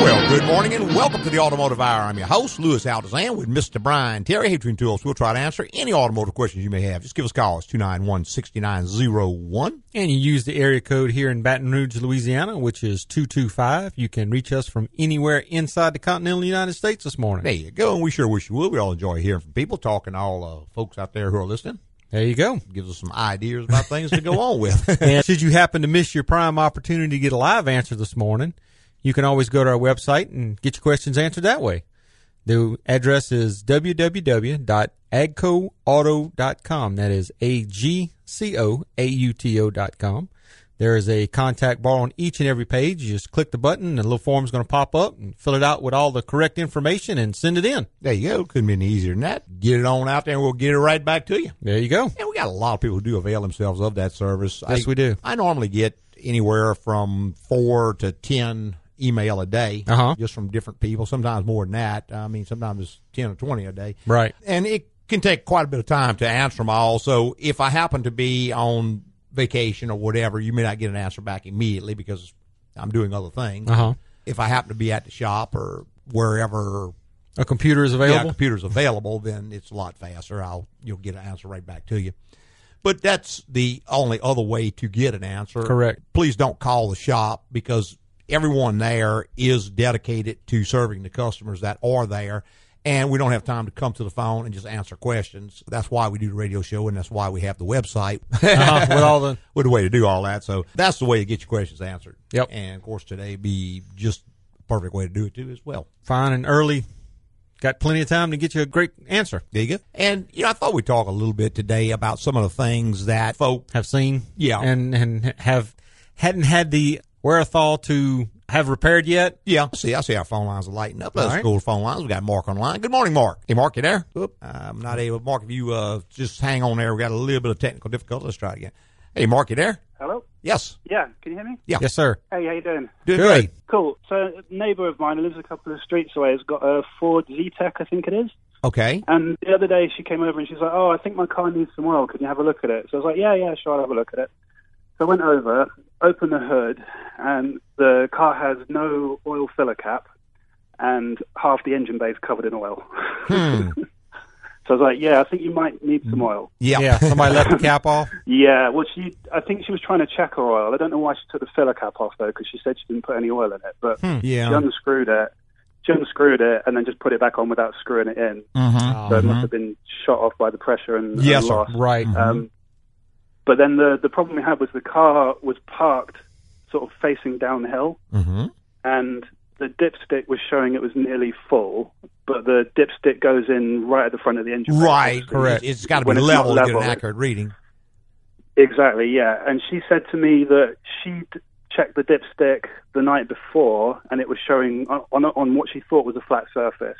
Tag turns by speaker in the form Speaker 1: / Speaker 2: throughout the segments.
Speaker 1: Well, good morning and welcome to the Automotive Hour. I'm your host, Louis Altazan, with Mr. Brian Terry, Hadrian Tools. We'll try to answer any automotive questions you may have. Just give us a call. It's 291 6901.
Speaker 2: And you use the area code here in Baton Rouge, Louisiana, which is 225. You can reach us from anywhere inside the continental United States this morning.
Speaker 1: There you go. And we sure wish you would. We all enjoy hearing from people, talking to all uh, folks out there who are listening.
Speaker 2: There you go.
Speaker 1: Gives us some ideas about things to go on with.
Speaker 2: And should you happen to miss your prime opportunity to get a live answer this morning, you can always go to our website and get your questions answered that way. The address is www.agcoauto.com. That is A G C O A U T O dot com. There is a contact bar on each and every page. You just click the button, and a little form's going to pop up, and fill it out with all the correct information and send it in.
Speaker 1: there you go. Couldn't be any easier than that. Get it on out there and we'll get it right back to you.
Speaker 2: There you go.
Speaker 1: And we got a lot of people who do avail themselves of that service.
Speaker 2: Yes,
Speaker 1: I,
Speaker 2: we do.
Speaker 1: I normally get anywhere from four to ten email a day,
Speaker 2: Uh-huh.
Speaker 1: just from different people. Sometimes more than that. I mean, sometimes it's ten or twenty a day.
Speaker 2: Right.
Speaker 1: And it can take quite a bit of time to answer them all. So if I happen to be on vacation or whatever, you may not get an answer back immediately because I'm doing other things.
Speaker 2: Uh huh.
Speaker 1: If I happen to be at the shop or wherever
Speaker 2: A computer is
Speaker 1: yeah,
Speaker 2: available.
Speaker 1: computer's available, then it's a lot faster. I'll you'll get an answer right back to you. But that's the only other way to get an answer.
Speaker 2: Correct.
Speaker 1: Please don't call the shop because everyone there is dedicated to serving the customers that are there. And we don't have time to come to the phone and just answer questions. That's why we do the radio show, and that's why we have the website
Speaker 2: Uh-huh. With all the
Speaker 1: with a way to do all that. So that's the way to get your questions answered.
Speaker 2: Yep.
Speaker 1: And of course, today be just a perfect way to do it too as well.
Speaker 2: fine and early. Got plenty of time to get you a great answer.
Speaker 1: There you go. And you know, I thought we'd talk a little bit today about some of the things that folk.
Speaker 2: Have seen,
Speaker 1: Yeah.
Speaker 2: and and have hadn't had the wherewithal to have repaired yet.
Speaker 1: Yeah, I see, I see our phone lines are lighting up.
Speaker 2: All
Speaker 1: Let's
Speaker 2: right.
Speaker 1: go to phone lines. We got Mark on the line. Good morning, Mark. Hey, Mark, you there? Oop, I'm not able. Mark, if you uh, just hang on there, we got a little bit of technical difficulty. Let's try it again. Hey, Mark, you there?
Speaker 3: Hello.
Speaker 1: Yes.
Speaker 3: Yeah, can you hear me?
Speaker 2: Yes, sir.
Speaker 3: Hey, how you doing?
Speaker 2: Good.
Speaker 1: Doing great.
Speaker 3: Cool. So, a neighbour of mine who lives a couple of streets away has got a Ford Z-Tech, I think it is.
Speaker 1: Okay.
Speaker 3: And the other day she came over and she's like, "Oh, I think my car needs some oil. Can you have a look at it?" So I was like, "Yeah, yeah, sure, I'll have a look at it." So I went over, opened the hood, and the car has no oil filler cap, and half the engine bay's covered in oil. so I was like, "Yeah, I think you might need some oil."
Speaker 1: Yeah.
Speaker 2: Yeah, somebody left the cap off.
Speaker 3: Yeah, well, she, I think she was trying to check her oil. I don't know why she took the filler cap off though, because she said she didn't put any oil in it. But she
Speaker 1: Hmm. yeah.
Speaker 3: unscrewed it, she unscrewed it, and then just put it back on without screwing it in.
Speaker 1: Mhm.
Speaker 3: So it
Speaker 2: Um,
Speaker 3: must have been shot off by the pressure and,
Speaker 1: Mm-hmm. Yes,
Speaker 3: and
Speaker 1: sir.
Speaker 3: lost.
Speaker 2: right.
Speaker 3: Um, but then the the problem we had was the car was parked sort of facing downhill,
Speaker 1: Mhm.
Speaker 3: and the dipstick was showing it was nearly full, but the dipstick goes in right at the front of the engine. bay,
Speaker 1: Right.
Speaker 3: obviously.
Speaker 2: Correct.
Speaker 1: It's got to be
Speaker 3: When it's not
Speaker 1: level to get an
Speaker 3: level.
Speaker 1: accurate reading.
Speaker 3: Exactly, yeah. And she said to me that she'd checked the dipstick the night before, and it was showing on, on, on what she thought was a flat surface,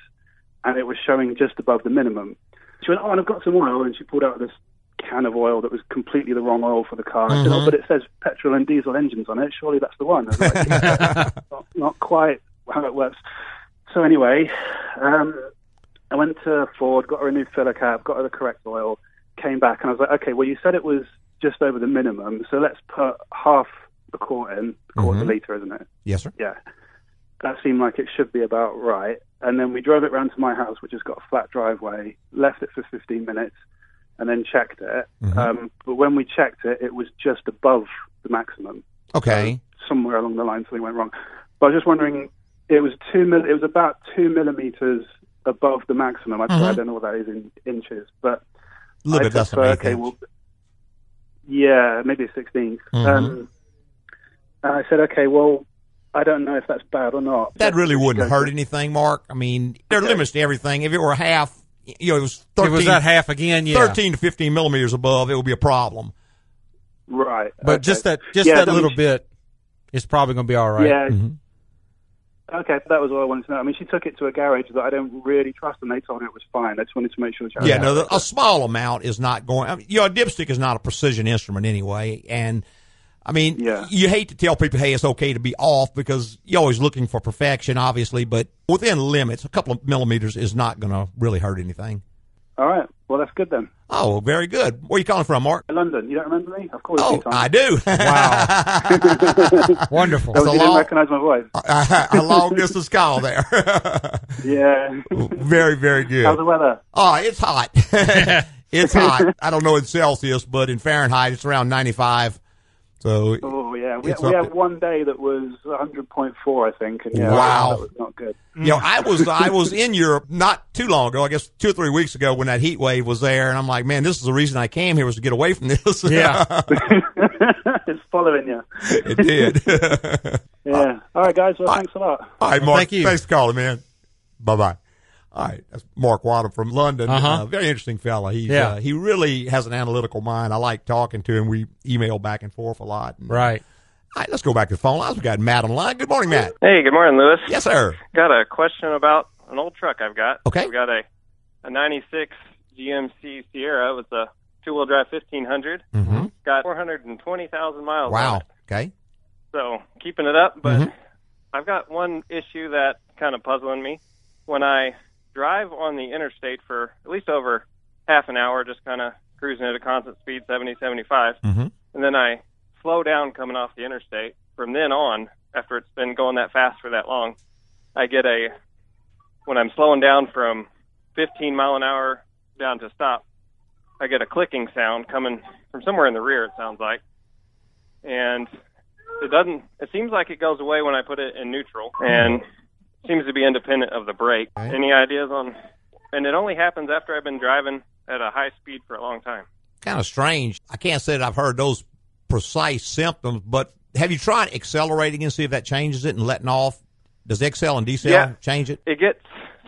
Speaker 3: and it was showing just above the minimum. She went, "Oh, and I've got some oil," and she pulled out this can of oil that was completely the wrong oil for the car. I said, "Oh, but it says petrol and diesel engines on it. Surely that's the one." I was like, "Yeah, not, not quite how it works. So anyway, um, I went to Ford, got her a new filler cap, got her the correct oil, came back, and I was like, okay, well, you said it was just over the minimum, so let's put half the quart in. The quart's a litre, isn't it?
Speaker 1: Yes, sir.
Speaker 3: Yeah. That seemed like it should be about right. And then we drove it round to my house, which has got a flat driveway, left it for 15 minutes, and then checked it.
Speaker 1: Mm-hmm.
Speaker 3: Um, but when we checked it, it was just above the maximum
Speaker 1: Okay.
Speaker 3: somewhere along the line something went wrong. But I was just wondering, it was two mil- it was about two millimeters above the maximum. I, I don't know what that is in inches, but
Speaker 1: A little
Speaker 3: I
Speaker 1: bit less than
Speaker 3: prefer-
Speaker 1: an eighth
Speaker 3: okay,
Speaker 1: inch.
Speaker 3: well, yeah, maybe 16th.
Speaker 1: Mm-hmm.
Speaker 3: Um, and I said, okay, well, I don't know if that's bad or not.
Speaker 1: That really wouldn't
Speaker 3: Okay.
Speaker 1: hurt anything, Mark. I mean, there are limits to everything. If it were half, you know, it was
Speaker 2: If
Speaker 1: 13,
Speaker 2: it was that half again, yeah.
Speaker 1: 13 to 15 millimeters above, it would be a problem.
Speaker 3: Right.
Speaker 2: But
Speaker 3: okay.
Speaker 2: just that, just
Speaker 3: Yeah,
Speaker 2: that
Speaker 3: I mean,
Speaker 2: little
Speaker 3: she-
Speaker 2: bit is probably going to be all right.
Speaker 3: Yeah.
Speaker 1: Mhm.
Speaker 3: Okay, that was all I wanted to know. I mean, she took it to a garage that I don't really trust, and they told her it was fine. I just wanted to make sure.
Speaker 1: Yeah, no, the, a small amount is not going. I mean, you know, a dipstick is not a precision instrument anyway, and I mean,
Speaker 3: Yeah.
Speaker 1: you hate to tell people, hey, it's okay to be off because you're always looking for perfection, obviously, but within limits, a couple of millimeters is not going to really hurt anything.
Speaker 3: All right. Well, that's good then.
Speaker 1: Oh, well, very good. Where are you calling from, Mark?
Speaker 3: London. You don't remember me? I've called you a
Speaker 1: Oh,
Speaker 3: few
Speaker 1: I
Speaker 3: times.
Speaker 1: do.
Speaker 2: Wow. Wonderful.
Speaker 3: That was-
Speaker 1: a Uh,
Speaker 3: you didn't
Speaker 1: long-
Speaker 3: recognize my voice.
Speaker 1: a long distance call there.
Speaker 3: Yeah.
Speaker 1: very, very good.
Speaker 3: How's the weather?
Speaker 1: Oh, it's hot. it's hot. I don't know in Celsius, but in Fahrenheit, it's around 95. So,
Speaker 3: Oh yeah, we,
Speaker 1: It's
Speaker 3: we
Speaker 1: up-
Speaker 3: had one day that was 100.4, I think. And yeah,
Speaker 1: Wow.
Speaker 3: that was not good.
Speaker 1: you know, I was I was in Europe not too long ago, I guess two or three weeks ago, when that heat wave was there, and I'm like, man, this is the reason I came here was to get away from this.
Speaker 2: Yeah.
Speaker 3: it's following you.
Speaker 1: it did.
Speaker 3: Yeah. All right, guys. Well, thanks a lot.
Speaker 1: All right, Mark.
Speaker 2: thank you.
Speaker 1: Thanks for calling, man. Bye bye. All right, that's Mark Wadham from London.
Speaker 2: Uh-huh.
Speaker 1: Uh, very interesting fella. He's,
Speaker 2: Yeah.
Speaker 1: uh, he really has an analytical mind. I like talking to him. We email back and forth a lot. And-
Speaker 2: right.
Speaker 1: All right, let's go back to the phone lines. We got Matt on the line. Good morning, Matt.
Speaker 4: Hey, good morning, Lewis.
Speaker 1: Yes, sir.
Speaker 4: Got a question about an old truck I've got.
Speaker 1: Okay.
Speaker 4: I've got a, a 96 GMC Sierra with a two wheel drive 1500.
Speaker 1: Mm-hmm.
Speaker 4: Got 420,000 miles. on
Speaker 1: Oh, Wow. Mm-hmm.
Speaker 4: it.
Speaker 1: Okay.
Speaker 4: So keeping it up, but I've got one issue that's kind of puzzling me. When I drive on the interstate for at least over half an hour, just kind of cruising at a constant speed, 70, 75,
Speaker 1: Mhm.
Speaker 4: and then I slow down coming off the interstate, from then on, after it's been going that fast for that long, I get a, when I'm slowing down from 15 mile an hour down to stop, I get a clicking sound coming from somewhere in the rear, it sounds like. And it doesn't it seems like it goes away when I put it in neutral and seems to be independent of the brake.
Speaker 1: Okay.
Speaker 4: Any ideas on and it only happens after I've been driving at a high speed for a long time.
Speaker 1: Kind of strange. I can't say that I've heard those precise symptoms, but have you tried accelerating and see if that changes it and letting off? Does Excel and decel
Speaker 4: Yeah.
Speaker 1: change it?
Speaker 4: It gets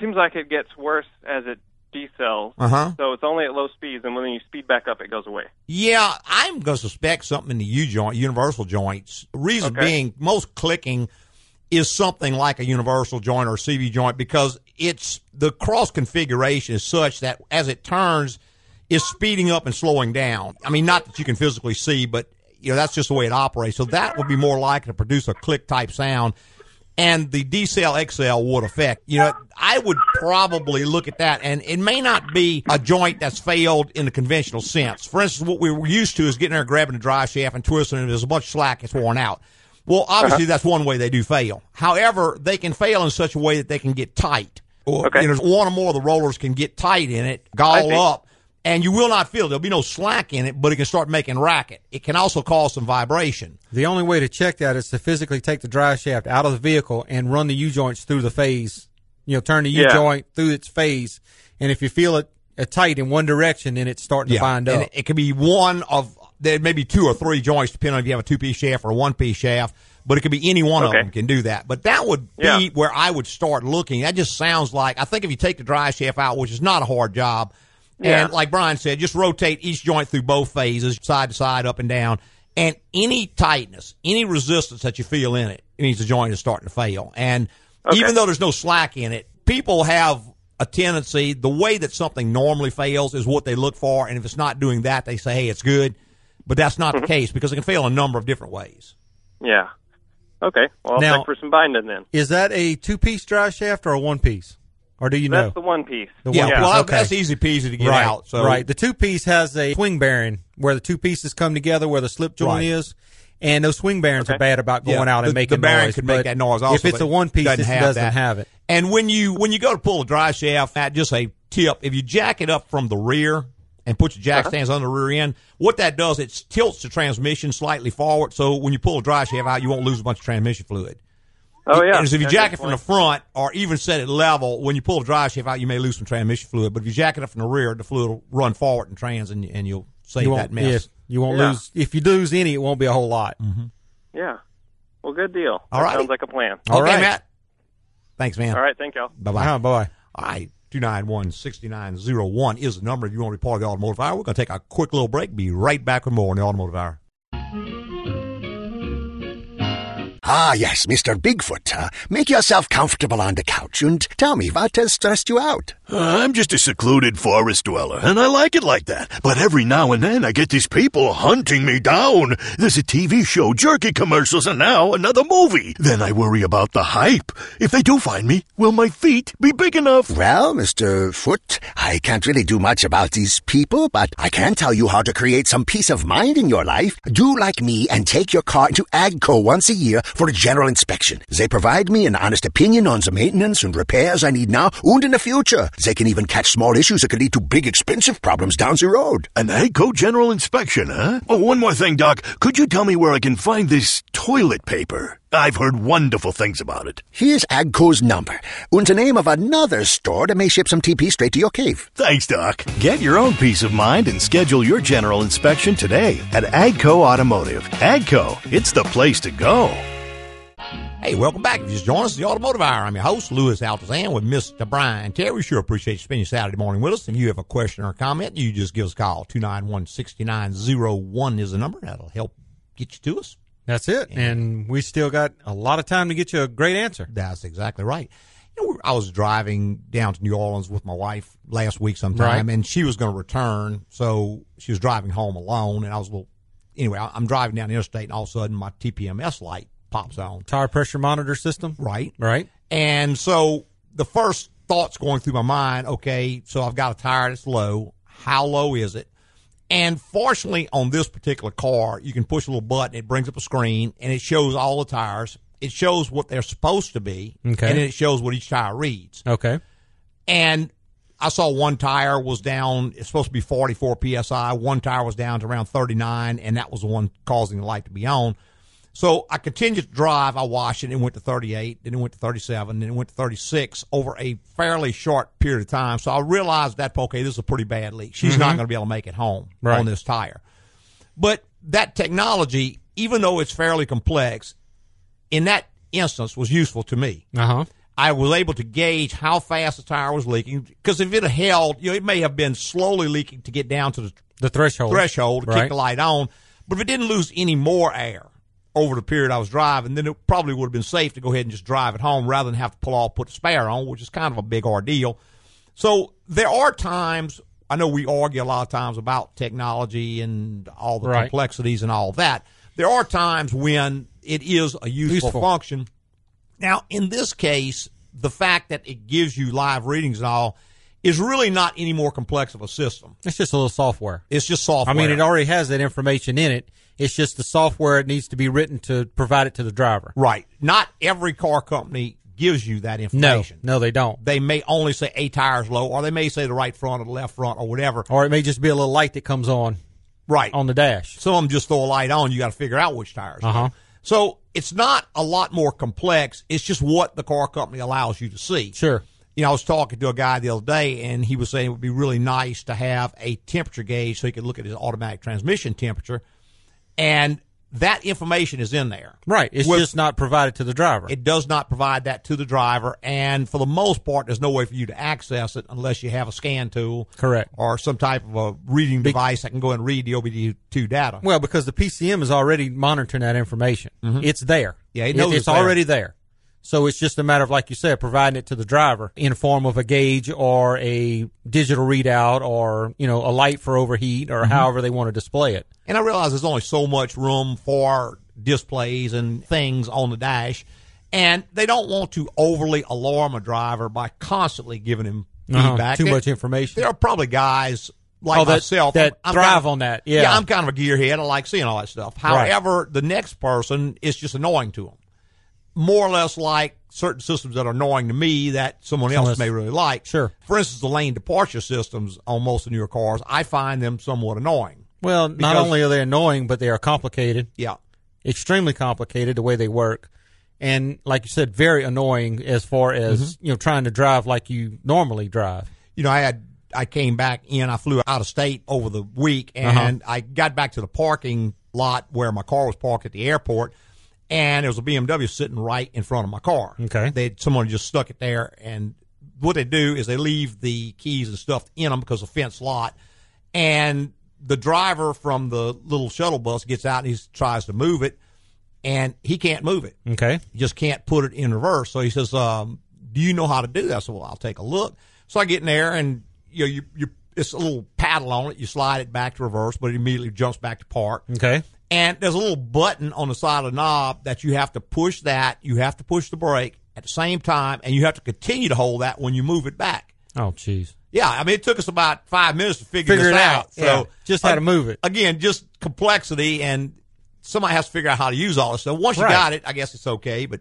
Speaker 4: seems like it gets worse as it decels.
Speaker 1: Uh huh.
Speaker 4: So it's only at low speeds and when you speed back up it goes away.
Speaker 1: Yeah, I'm going to suspect something in the U joint, universal joints. Reason
Speaker 4: Okay.
Speaker 1: being, most clicking is something like a universal joint or CV joint because it's the cross configuration is such that as it turns, it's speeding up and slowing down. I mean, not that you can physically see, but you know that's just the way it operates. So that would be more likely to produce a click type sound and the D-Cell XL would affect. You know, I would probably look at that, and it may not be a joint that's failed in the conventional sense. For instance, what we were used to is getting there and grabbing the drive shaft and twisting it. There's a bunch of slack, it's worn out. Well,
Speaker 4: Uh-huh.
Speaker 1: obviously, that's one way they do fail. However, they can fail in such a way that they can get tight. Or,
Speaker 4: Okay.
Speaker 1: you know, one or more of the rollers can get tight in it, gall
Speaker 4: see.
Speaker 1: up, and you will not feel it. There'll be no slack in it, but it can start making racket. It can also cause some vibration.
Speaker 2: The only way to check that is to physically take the drive shaft out of the vehicle and run the U joints through the phase. You know, turn the U
Speaker 4: Yeah.
Speaker 2: joint through its phase, and if you feel it uh, tight in one direction, then it's starting to bind up.
Speaker 1: And it can be one of there may be two or three joints, depending on if you have a two piece shaft or a one piece shaft. But it could be any one
Speaker 4: Okay.
Speaker 1: of them can do that. But that would be
Speaker 4: Yeah.
Speaker 1: where I would start looking. That just sounds like I think if you take the drive shaft out, which is not a hard job,
Speaker 4: Yeah.
Speaker 1: and like Brian said, just rotate each joint through both phases, side to side, up and down, and any tightness, any resistance that you feel in it, it means the joint is starting to fail. And even though there's no slack in it, people have a tendency, the way that something normally fails is what they look for. And if it's not doing that, they say, hey, it's good. But that's not
Speaker 2: Mm-hmm.
Speaker 1: the case because it can fail a number of different ways.
Speaker 4: Yeah. Okay. Well I'll
Speaker 2: Now-
Speaker 4: check for some binding then.
Speaker 2: Is that a two piece drive shaft or a one piece? Or do you know?
Speaker 4: That's the one piece.
Speaker 2: The
Speaker 1: Yeah,
Speaker 2: one piece,
Speaker 1: well,
Speaker 2: okay.
Speaker 1: that's easy peasy to get
Speaker 2: right,
Speaker 1: out. So
Speaker 2: right. The two piece has a swing bearing where the two pieces come together, where the slip joint
Speaker 1: Right.
Speaker 2: is, and those swing bearings are bad about going
Speaker 1: Yeah,
Speaker 2: out and
Speaker 1: the,
Speaker 2: making
Speaker 1: the bearing
Speaker 2: noise.
Speaker 1: could make
Speaker 2: but
Speaker 1: that noise. Also,
Speaker 2: if it's
Speaker 1: but
Speaker 2: a one piece,
Speaker 1: doesn't
Speaker 2: it
Speaker 1: have
Speaker 2: doesn't
Speaker 1: that.
Speaker 2: have it.
Speaker 1: And when you when you go to pull the drive shaft, Matt, just a tip: if you jack it up from the rear and put your
Speaker 4: Uh-huh.
Speaker 1: jack stands on the rear end, what that does it tilts the transmission slightly forward. So when you pull the drive shaft out, you won't lose a bunch of transmission fluid.
Speaker 4: Oh yeah.
Speaker 1: And so if you
Speaker 4: That's a
Speaker 1: jack
Speaker 4: good
Speaker 1: it from the
Speaker 4: point.
Speaker 1: front or even set it level, when you pull the drive shaft out, you may lose some transmission fluid. But if you jack it up from the rear, the fluid will run forward and trans, and, and you'll save
Speaker 2: You won't,
Speaker 1: that mess.
Speaker 2: yeah, you won't
Speaker 4: Yeah.
Speaker 2: lose. If you lose any, it won't be a whole lot.
Speaker 4: Yeah. Well good deal.
Speaker 1: All
Speaker 4: That
Speaker 1: right.
Speaker 4: Sounds like a plan.
Speaker 2: All
Speaker 1: okay,
Speaker 2: right.
Speaker 1: Matt. Thanks, man.
Speaker 4: All right, thank y'all.
Speaker 1: Bye bye.
Speaker 2: Wow, boy.
Speaker 1: All right, 291-6901 is the number if you want to be part of the Automotive Hour. We're going to take a quick little break. Be right back with more on the Automotive Hour.
Speaker 5: Ah, yes, Mr. Bigfoot. Uh, make yourself comfortable on the couch and tell me what has stressed you out.
Speaker 6: Uh, I'm just a secluded forest dweller, and I like it like that. But every now and then I get these people hunting me down. There's a TV show, jerky commercials, and now another movie. Then I worry about the hype. If they do find me, will my feet be big enough?
Speaker 7: Well, Mr. Foot, I can't really do much about these people, but I can tell you how to create some peace of mind in your life. Do like me and take your car into AGCO once a year for a general inspection. They provide me an honest opinion on the maintenance and repairs I need now and in the future. They can even catch small issues that could lead to big, expensive problems down the road.
Speaker 6: An AGCO general inspection, huh? Oh, one more thing, Doc. Could you tell me where I can find this toilet paper? I've heard wonderful things about it.
Speaker 7: Here's Agco's number and the name of another store that may ship some TP straight to your cave.
Speaker 6: Thanks, Doc. Get your own peace of mind and schedule your general inspection today at Agco Automotive. Agco, it's the place to go.
Speaker 1: Hey, welcome back. If you just joined us, the Automotive Hour. I'm your host, Louis Altazan, with Mr. Brian Terry. We sure appreciate you spending your Saturday morning with us. If you have a question or a comment, you just give us a call. 291 6901 is the number. That'll help get you to us.
Speaker 2: That's it. And we still got a lot of time to get you a great answer.
Speaker 1: That's exactly right. You know, we- I was driving down to New Orleans with my wife last week sometime,
Speaker 2: Right.
Speaker 1: and she was going to return, so she was driving home alone, and I was a little. Anyway, I- I'm driving down the interstate, and all of a sudden, my TPMS light pops on.
Speaker 2: Tire pressure monitor system.
Speaker 1: Right,
Speaker 2: Right.
Speaker 1: and so the first thoughts going through my mind, okay, so I've got a tire that's low. How low is it? And fortunately, on this particular car, you can push a little button. It brings up a screen and it shows all the tires. It shows what they're supposed to be,
Speaker 2: Okay.
Speaker 1: and then it shows what each tire reads.
Speaker 2: Okay.
Speaker 1: And I saw one tire was down. It's supposed to be 44 psi. One tire was down to around 39, and that was the one causing the light to be on. So I continued to drive. I watched it. It went to 38, then it went to 37, then it went to 36 over a fairly short period of time. So I realized that okay, this is a pretty bad leak. She's not going to be able to make it home
Speaker 2: Right.
Speaker 1: on this tire. But that technology, even though it's fairly complex, in that instance was useful to me.
Speaker 2: Uh huh.
Speaker 1: I was able to gauge how fast the tire was leaking because if it had held, you know, it may have been slowly leaking to get down to the
Speaker 2: The threshold.
Speaker 1: threshold to
Speaker 2: Right.
Speaker 1: kick the light on. But if it didn't lose any more air over the period I was driving, then it probably would have been safe to go ahead and just drive it home rather than have to pull off, put the spare on, which is kind of a big ordeal. So there are times I know we argue a lot of times about technology and all the
Speaker 2: Right.
Speaker 1: complexities and all that. There are times when it is a useful,
Speaker 2: Useful.
Speaker 1: function. Now, in this case, the fact that it gives you live readings and all is really not any more complex of a system.
Speaker 2: It's just a little software.
Speaker 1: It's just software.
Speaker 2: I mean, it already has that information in it. It's just the software it needs to be written to provide it to the driver.
Speaker 1: Right. Not every car company gives you that
Speaker 2: No,
Speaker 1: information.
Speaker 2: no, they don't.
Speaker 1: They may only say a tire's low, or they may say the right front or the left front or whatever.
Speaker 2: Or it may just be a little light that comes on
Speaker 1: Right.
Speaker 2: on the dash.
Speaker 1: Some of them just throw a light on. You got to figure out which tires.
Speaker 2: Uh-huh.
Speaker 1: So it's not a lot more complex. It's just what the car company allows you to see.
Speaker 2: Sure.
Speaker 1: You know, I was talking to a guy the other day, and he was saying it would be really nice to have a temperature gauge so he could look at his automatic transmission temperature. And that information is in there.
Speaker 2: Right. It's
Speaker 1: With-
Speaker 2: just not provided to the driver.
Speaker 1: It does not provide that to the driver, and for the most part, there's no way for you to access it unless you have a scan tool,
Speaker 2: Correct.
Speaker 1: or some type of a reading device that can go and read the OBD2 data.
Speaker 2: Well, because the PCM is already monitoring that information. It's there.
Speaker 1: Mm-hmm. Yeah, it knows
Speaker 2: it's
Speaker 1: it's there.
Speaker 2: already there. So it's just a matter of, like you said, providing it to the driver in form of a gauge or a digital readout or, you know, a light for overheat or
Speaker 1: Mm-hmm.
Speaker 2: however they want to display it.
Speaker 1: and I realize there's only so much room for displays and things on the dash, and they don't want to overly alarm a driver by constantly giving him
Speaker 2: Uh-huh.
Speaker 1: feedback.
Speaker 2: Too
Speaker 1: There-
Speaker 2: much information.
Speaker 1: There are probably guys like
Speaker 2: Oh, that-
Speaker 1: myself
Speaker 2: that
Speaker 1: kind
Speaker 2: thrive
Speaker 1: of-
Speaker 2: on that. Yeah.
Speaker 1: I'm kind of a gearhead. I like seeing all that stuff.
Speaker 2: Right.
Speaker 1: However, the next person is just annoying to them. More or less like certain systems that are annoying to me that someone else
Speaker 2: Unless-
Speaker 1: may really like.
Speaker 2: Sure.
Speaker 1: For instance, the lane departure systems on most of the newer cars, I find them somewhat annoying.
Speaker 2: Well, not
Speaker 1: Because-
Speaker 2: only are they annoying, but they are complicated,
Speaker 1: Yeah.
Speaker 2: extremely complicated the way they work. And like you said, very annoying as far as,
Speaker 1: Mm-hmm.
Speaker 2: you know, trying to drive like you normally drive.
Speaker 1: you know, I had I came back in. I flew out of state over the week, and I got back to the parking lot where my car was parked at the airport, and there was a BMW sitting right in front of my car.
Speaker 2: Okay.
Speaker 1: they someone just stuck it there, and what they do is they leave the keys and stuff in them because of fence lot, and the driver from the little shuttle bus gets out and he tries to move it, and he can't move it.
Speaker 2: Okay.
Speaker 1: You just can't put it in reverse. So he says, um, "Do you know how to do that?" I said, "Well, I'll take a look." So I get in there and you know, you, you it's a little paddle on it. You slide it back to reverse, but it immediately jumps back to park.
Speaker 2: Okay.
Speaker 1: And there's a little button on the side of the knob that you have to push that. You have to push the brake at the same time, and you have to continue to hold that when you move it back.
Speaker 2: Oh, jeez.
Speaker 1: Yeah, I mean, it took us about five minutes to figure,
Speaker 2: Figure
Speaker 1: this
Speaker 2: it out.
Speaker 1: So
Speaker 2: Yeah. Just how to
Speaker 1: uh,
Speaker 2: move it.
Speaker 1: Again, just complexity, and somebody has to figure out how to use all this. So once you
Speaker 2: Right.
Speaker 1: got it, I guess it's okay, but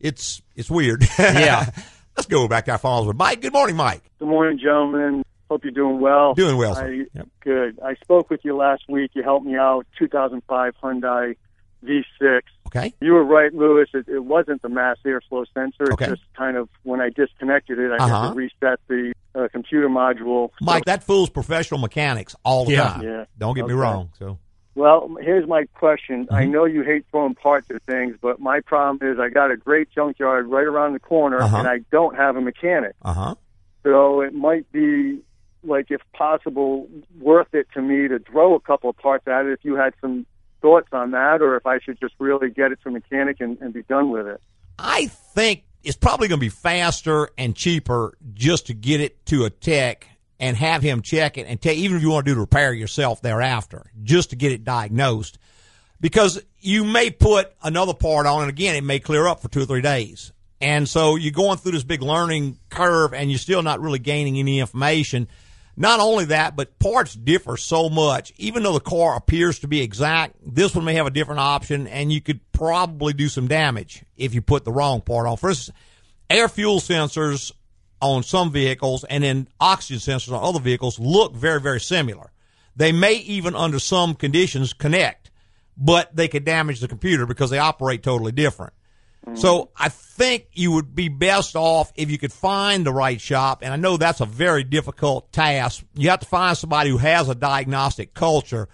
Speaker 1: it's it's weird.
Speaker 2: Yeah.
Speaker 1: Let's go back to our phones with Mike. Good morning, Mike.
Speaker 8: Good morning, gentlemen. Hope you're doing well.
Speaker 1: Doing well, sir.
Speaker 8: I, Good. I spoke with you last week. You helped me out. 2005 Hyundai V6.
Speaker 1: Okay.
Speaker 8: You were right, Lewis. It, it wasn't the mass airflow sensor. It's
Speaker 1: Okay.
Speaker 8: just kind of when I disconnected it, I
Speaker 1: Uh-huh.
Speaker 8: had to reset the uh, computer module.
Speaker 1: Mike, that fool's professional mechanics all the
Speaker 2: Yeah.
Speaker 1: time.
Speaker 8: Yeah.
Speaker 1: Don't get me
Speaker 8: Okay.
Speaker 1: wrong. So
Speaker 8: Well, here's my question. I
Speaker 1: Mm-hmm.
Speaker 8: know you hate throwing parts at things, but my problem is I got a great junkyard right around the corner,
Speaker 1: Uh-huh.
Speaker 8: and I don't have a mechanic.
Speaker 1: Uh huh.
Speaker 8: So it might be like, if possible, worth it to me to throw a couple of parts at it. If you had some thoughts on that, or if I should just really get it to a mechanic and, and be done with it.
Speaker 1: I think it's probably going to be faster and cheaper just to get it to a tech and have him check it and tell even if you want to do the repair yourself thereafter, just to get it diagnosed. Because you may put another part on and again it may clear up for two or three days. And so you're going through this big learning curve and you're still not really gaining any information. Not only that, but parts differ so much. Even though the car appears to be exact, this one may have a different option and you could probably do some damage if you put the wrong part on. For instance, air fuel sensors on some vehicles and then oxygen sensors on other vehicles look very, very similar. They may even under some conditions connect, but they could damage the computer because they operate totally different. So I think you would be best off if you could find the right shop. And I know that's a very difficult task. You have to find somebody who has a diagnostic culture.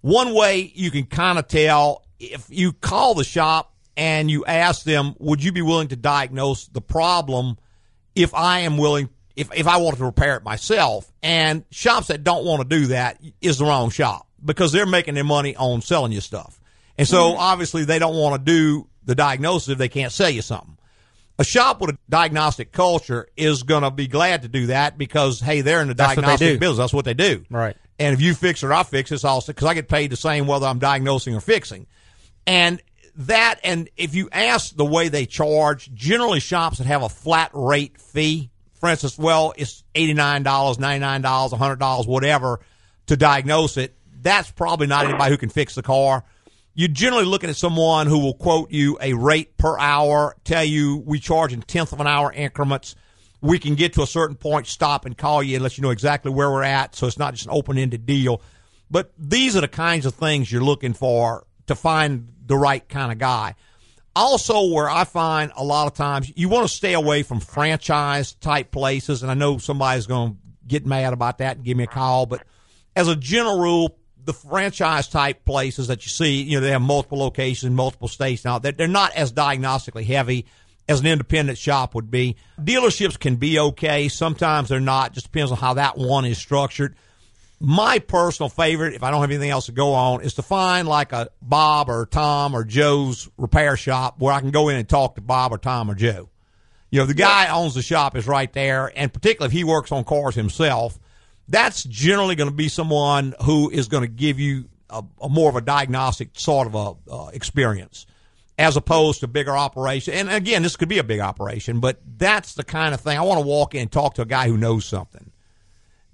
Speaker 1: One way you can kind of tell if you call the shop and you ask them, would you be willing to diagnose the problem if I am willing, if, if I wanted to repair it myself? And shops that don't want to do that is the wrong shop because they're making their money on selling you stuff. And so
Speaker 2: Mm-hmm.
Speaker 1: obviously they don't want to do the diagnosis if they can't sell you something. A shop with a diagnostic culture is going to be glad to do that because, hey, they're in the
Speaker 2: That's what they do.
Speaker 1: diagnostic business. That's what they do.
Speaker 2: Right.
Speaker 1: And if you fix it or I fix it, it's also because I get paid the same whether I'm diagnosing or fixing. And that, and if you ask the way they charge, generally shops that have a flat rate fee, for instance, well, it's $89, $99, $100, whatever to diagnose it. That's probably not anybody who can fix the car. You're generally looking at someone who will quote you a rate per hour, tell you we charge in tenth of an hour increments we can get to a certain point, stop and call you and let you know exactly where we're at. So it's not just an open ended deal. But these are the kinds of things you're looking for to find the right kind of guy. Also, where I find a lot of times you want to stay away from franchise type places. And I know somebody's going to get mad about that and give me a call. But as a general rule, the franchise type places that you see, you know, they have multiple locations, multiple states now. They're, they're not as diagnostically heavy as an independent shop would be. Dealerships can be okay. Sometimes they're not. Just depends on how that one is structured. My personal favorite, if I don't have anything else to go on, is to find like a Bob or Tom or Joe's repair shop where I can go in and talk to Bob or Tom or Joe. You know, the guy owns the shop is right there, and particularly if he works on cars himself, that's generally going to be someone who is going to give you a, a more of a diagnostic sort of a uh, experience, as opposed to bigger operation. And again, this could be a big operation, but that's the kind of thing I want to walk in and talk to a guy who knows something.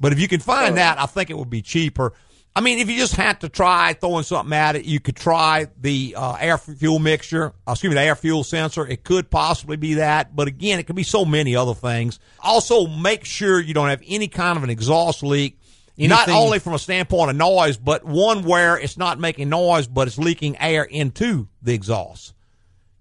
Speaker 1: But if you can find that, I think it would be cheaper. I mean, if you just had to try throwing something at it, you could try the uh, air fuel mixture, uh, excuse me, the air fuel sensor. It could possibly be that, but again, it could be so many other things. Also, make sure you don't have any kind of an exhaust leak, not
Speaker 2: Anything-
Speaker 1: only from a standpoint of noise, but one where it's not making noise, but it's leaking air into the exhaust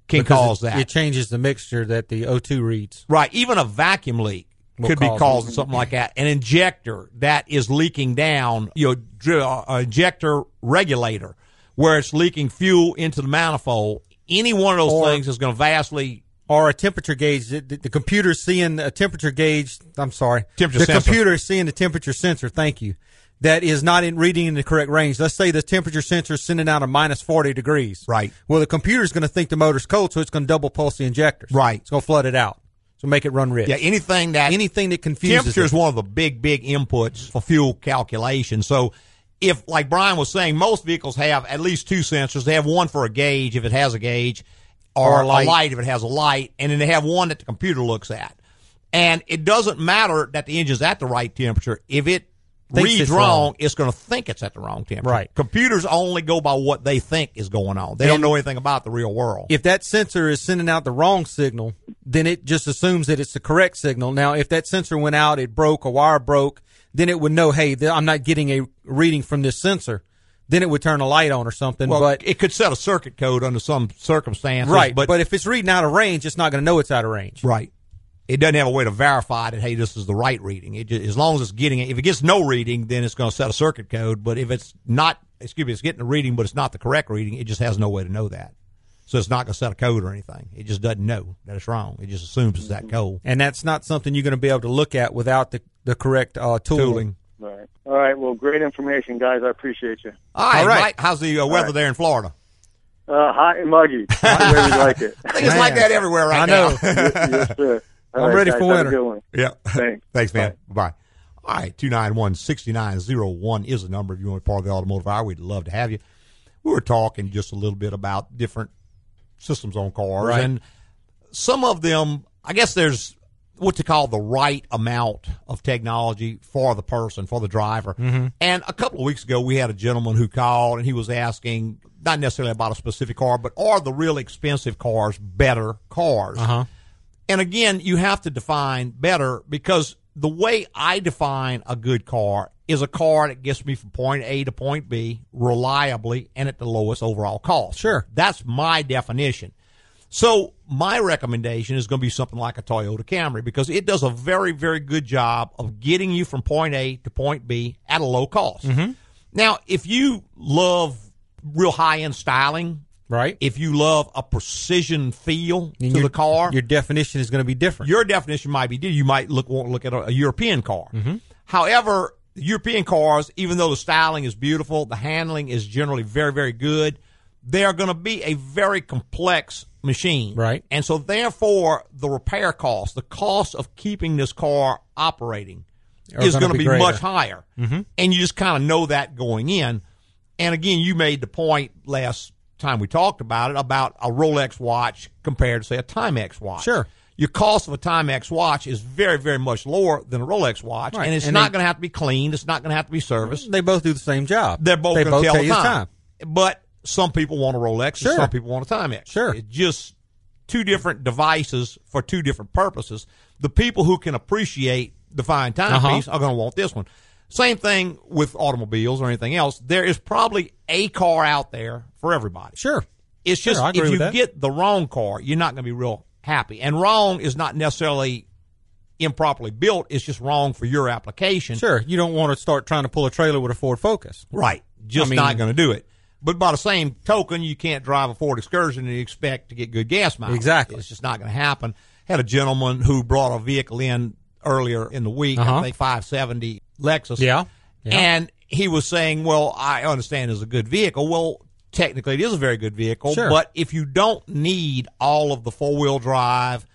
Speaker 1: can
Speaker 2: Because
Speaker 1: cause
Speaker 2: it,
Speaker 1: that.
Speaker 2: It changes the mixture that the O2 reads.
Speaker 1: Right. Even a vacuum leak
Speaker 2: Will
Speaker 1: could be
Speaker 2: cause-
Speaker 1: causing something like that. An injector that is leaking down, you know, dri- uh, uh, injector regulator where it's leaking fuel into the manifold. Any one of those
Speaker 2: Or-
Speaker 1: things is going to vastly.
Speaker 2: Or a temperature gauge. The, the computer seeing a temperature gauge. I'm sorry.
Speaker 1: Temperature
Speaker 2: the
Speaker 1: sensor.
Speaker 2: computer is seeing the temperature sensor. Thank you. That is not in reading in the correct range. Let's say the temperature sensor is sending out a minus 40 degrees.
Speaker 1: Right.
Speaker 2: Well, the computer is going to think the motor's cold, so it's going to double pulse the injectors.
Speaker 1: Right.
Speaker 2: It's going to flood it out. It's So make it run rich.
Speaker 1: Yeah, anything that
Speaker 2: anything that confuses
Speaker 1: temperature is
Speaker 2: them.
Speaker 1: one of the big, big inputs for fuel calculation. So if, like Brian was saying, most vehicles have at least two sensors. They have one for a gauge if it has a gauge, or,
Speaker 2: Or a
Speaker 1: a, light.
Speaker 2: light.
Speaker 1: if it has a light, and then they have one that the computer looks at. And it doesn't matter that the engine's at the right temperature if it
Speaker 2: Thinks
Speaker 1: reads
Speaker 2: it's
Speaker 1: wrong,
Speaker 2: wrong.
Speaker 1: It's going to think it's at the wrong temperature.
Speaker 2: Right.
Speaker 1: Computers only go by what they think is going on. They don't
Speaker 2: And-
Speaker 1: know anything about the real world.
Speaker 2: If that sensor is sending out the wrong signal, then it just assumes that it's the correct signal. Now, if that sensor went out, it broke, a wire broke, then it would know, hey, th- I'm not getting a reading from this sensor. Then it would turn a light on or something.
Speaker 1: well,
Speaker 2: but
Speaker 1: it could set a circuit code under some circumstances,
Speaker 2: right,
Speaker 1: But,
Speaker 2: but if it's reading out of range, it's not going to know it's out of range.
Speaker 1: Right. It doesn't have a way to verify that, hey, this is the right reading. It just, as long as it's getting it, if it gets no reading, then it's going to set a circuit code. But if it's not, excuse me, it's getting a reading, but it's not the correct reading, it just has no way to know that. So it's not going to set a code or anything. It just doesn't know that it's wrong. It just assumes it's that code.
Speaker 2: And that's not something you're going to be able to look at without the the correct uh, tool.
Speaker 1: Tooling.
Speaker 8: All right. All right. Well, great information, guys. I appreciate you.
Speaker 1: All right.
Speaker 2: All right.
Speaker 1: Mike, how's the uh, weather there in Florida?
Speaker 8: Uh, hot and muggy. Not the way we like it.
Speaker 1: I think it's
Speaker 2: Man.
Speaker 1: like that everywhere right
Speaker 2: I know.
Speaker 1: now.
Speaker 8: yes, sir. All
Speaker 2: I'm
Speaker 8: right,
Speaker 2: ready
Speaker 8: guys,
Speaker 2: for
Speaker 8: have a
Speaker 2: winter.
Speaker 8: good one.
Speaker 1: yeah.
Speaker 8: Thanks.
Speaker 1: Thanks, man. Bye. All right, 291-6901 is the number if you want to be part of the automotive hour. We'd love to have you. We were talking just a little bit about different systems on cars
Speaker 2: Right.
Speaker 1: and some of them I guess there's what you call the right amount of technology for the person, for the driver.
Speaker 2: Mm-hmm.
Speaker 1: And a couple of weeks ago we had a gentleman who called and he was asking not necessarily about a specific car, but are the real expensive cars better cars?
Speaker 2: Uh-huh.
Speaker 1: And again, you have to define better because the way I define a good car is a car that gets me from point A to point B reliably and at the lowest overall cost.
Speaker 2: Sure.
Speaker 1: That's my definition. So my recommendation is going to be something like a Toyota Camry because it does a very, very good job of getting you from point A to point B at a low cost.
Speaker 2: Mm-hmm.
Speaker 1: Now, if you love real high end styling,
Speaker 2: Right?
Speaker 1: if you love a precision feel
Speaker 2: And
Speaker 1: to
Speaker 2: your-
Speaker 1: the car,
Speaker 2: Your definition is going to be different.
Speaker 1: your definition might be different. You might look want to look at a, a European car.
Speaker 2: Mm-hmm.
Speaker 1: However, European cars, even though the styling is beautiful, the handling is generally very, very good. They are going to be a very complex machine,
Speaker 2: Right.
Speaker 1: And so, therefore, the repair cost, the cost of keeping this car operating,
Speaker 2: Are
Speaker 1: is
Speaker 2: gonna
Speaker 1: going to
Speaker 2: be
Speaker 1: be
Speaker 2: greater.
Speaker 1: much higher.
Speaker 2: Mm-hmm.
Speaker 1: And you just kind of know that going in. And again, you made the point last time we talked about it about a Rolex watch compared to, say, a Timex watch.
Speaker 2: Sure.
Speaker 1: Your cost of a Timex watch is very, very much lower than a Rolex watch.
Speaker 2: Right.
Speaker 1: And it's
Speaker 2: And
Speaker 1: not
Speaker 2: they-
Speaker 1: going to have to be cleaned. It's not going to have to be serviced.
Speaker 2: They both do the same job.
Speaker 1: They're both
Speaker 2: they
Speaker 1: going
Speaker 2: both
Speaker 1: to tell
Speaker 2: tell
Speaker 1: the
Speaker 2: you the
Speaker 1: time.
Speaker 2: time.
Speaker 1: But some people want a Rolex
Speaker 2: Sure.
Speaker 1: and some people want a Timex.
Speaker 2: Sure.
Speaker 1: It's just two different devices for two different purposes. The people who can appreciate the fine timepiece
Speaker 2: Uh-huh.
Speaker 1: are going to want this one. Same thing with automobiles or anything else. There is probably a car out there for everybody.
Speaker 2: Sure.
Speaker 1: It's just
Speaker 2: I agree
Speaker 1: if
Speaker 2: with
Speaker 1: you
Speaker 2: that.
Speaker 1: get the wrong car, you're not going to be real happy. And wrong is not necessarily improperly built. It's just wrong for your application.
Speaker 2: Sure. You don't want to start trying to pull a trailer with a Ford Focus.
Speaker 1: Right. Just
Speaker 2: I mean-
Speaker 1: not going to do it. But by the same token, you can't drive a Ford Excursion and expect to get good gas mileage.
Speaker 2: Exactly.
Speaker 1: It's just not going to happen. Had a gentleman who brought a vehicle in earlier in the week, I
Speaker 2: Uh-huh.
Speaker 1: think 570 Lexus.
Speaker 2: Yeah. Yeah.
Speaker 1: And he was saying, well, I understand it's a good vehicle. Well, technically it is a very good vehicle,
Speaker 2: Sure.
Speaker 1: but if you don't need all of the four-wheel drive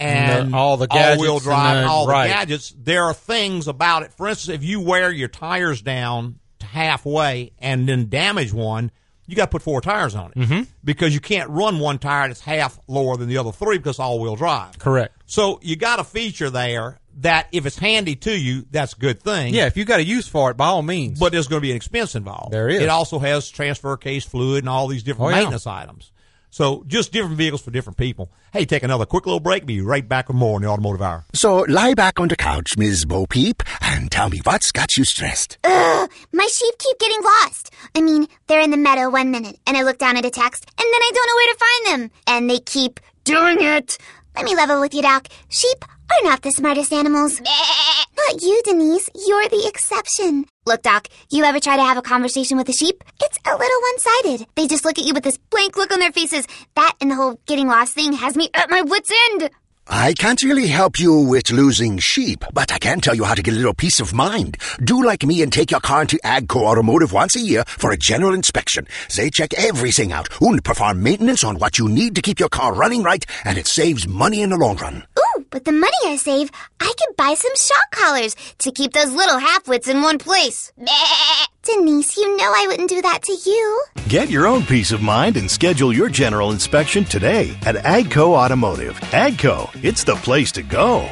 Speaker 1: and
Speaker 2: The- all the
Speaker 1: all-wheel
Speaker 2: gadgets and
Speaker 1: drive,
Speaker 2: the-
Speaker 1: all the
Speaker 2: right.
Speaker 1: gadgets, gadgets, there are things about it. For instance, if you wear your tires down to halfway and then damage one, you got to put four tires on it
Speaker 2: Mm-hmm.
Speaker 1: because you can't run one tire that's half lower than the other three because all wheel drive.
Speaker 2: Correct.
Speaker 1: So you got a feature there that if it's handy to you, that's a good thing.
Speaker 2: Yeah, if you got a use for it, by all means.
Speaker 1: But there's going to be an expense involved.
Speaker 2: There is.
Speaker 1: It also has transfer case fluid and all these different
Speaker 2: Oh, yeah.
Speaker 1: maintenance items. So just different vehicles for different people. Hey, take another quick little break. Be right back with more in the Automotive Hour.
Speaker 7: So lie back on the couch, Ms. Bo Peep, and tell me what's got you stressed.
Speaker 5: My sheep keep getting lost. I mean, they're in the meadow one minute, and I look down at a text, and then I don't know where to find them. And they keep doing it. Let me level with you, Doc. Sheep are not the smartest animals. Not you, Denise. You're the exception. Look, Doc, you ever try to have a conversation with a sheep? It's a little one sided. They just look at you with this blank look on their faces. That and the whole getting lost thing has me at my wits' end.
Speaker 7: I can't really help you with losing sheep, but I can tell you how to get a little peace of mind. Do like me and take your car into Agco Automotive once a year for a general inspection. They check everything out and perform maintenance on what you need to keep your car running right, and it saves money in the long run.
Speaker 5: Ooh, but With the money I save, I could buy some shock collars to keep those little halfwits in one place. Bleh. Denise, you know I wouldn't do that to you.
Speaker 6: Get your own peace of mind and schedule your general inspection today at Agco Automotive. Agco, it's the place to go.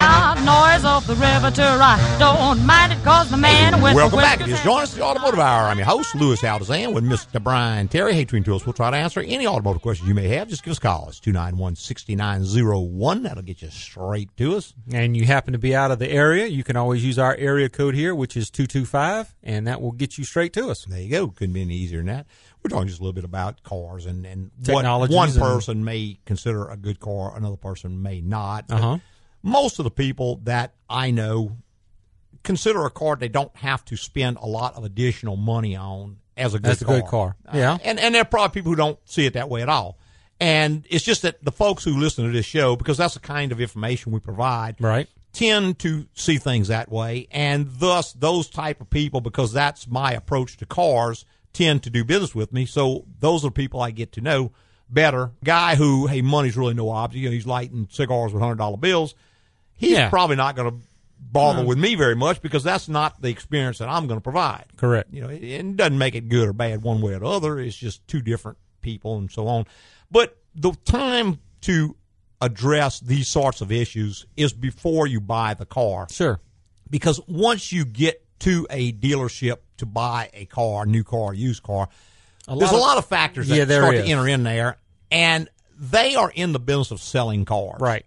Speaker 9: loud noise off the river to right. Don't mind it, cause the man with
Speaker 1: Welcome
Speaker 9: the
Speaker 1: back. If
Speaker 9: whiskers
Speaker 1: you just
Speaker 9: and-
Speaker 1: joined us, the Automotive Hour. I'm your host, Lewis Haldazan, with Mr. Brian Terry. Hey, between two of us, we'll try to answer any automotive questions you may have. Just give us a call. It's 291 6901. That'll get you straight to us.
Speaker 2: and you happen to be out of the area, you can always use our area code here, which is 225, and that will get you straight to us.
Speaker 1: There you go. Couldn't be any easier than that. We're talking just a little bit about cars and, and what
Speaker 2: Technologies
Speaker 1: one
Speaker 2: and-
Speaker 1: person may consider a good car, another person may not. But
Speaker 2: Uh-huh.
Speaker 1: Most of the people that I know consider a car they don't have to spend a lot of additional money on as a good
Speaker 2: That's a
Speaker 1: car.
Speaker 2: good car. Yeah.
Speaker 1: And and there are probably people who don't see it that way at all. And it's just that the folks who listen to this show, because that's the kind of information we provide,
Speaker 2: Right.
Speaker 1: tend to see things that way and thus those type of people because that's my approach to cars tend to do business with me so those are people i get to know better guy who hey money's really no object you know he's lighting cigars with hundred dollar bills he's
Speaker 2: Yeah.
Speaker 1: probably not going to bother with me very much because that's not the experience that i'm going to provide
Speaker 2: Correct.
Speaker 1: you know, it, it doesn't make it good or bad one way or the other. It's just two different people and so on. But the time to address these sorts of issues is before you buy the car
Speaker 2: Sure.
Speaker 1: because once you get to a dealership to buy a car, new car, used car, there's
Speaker 2: lot
Speaker 1: a
Speaker 2: of-
Speaker 1: lot of factors that
Speaker 2: Yeah, there
Speaker 1: start
Speaker 2: is.
Speaker 1: to enter in there, and they are in the business of selling cars,
Speaker 2: Right.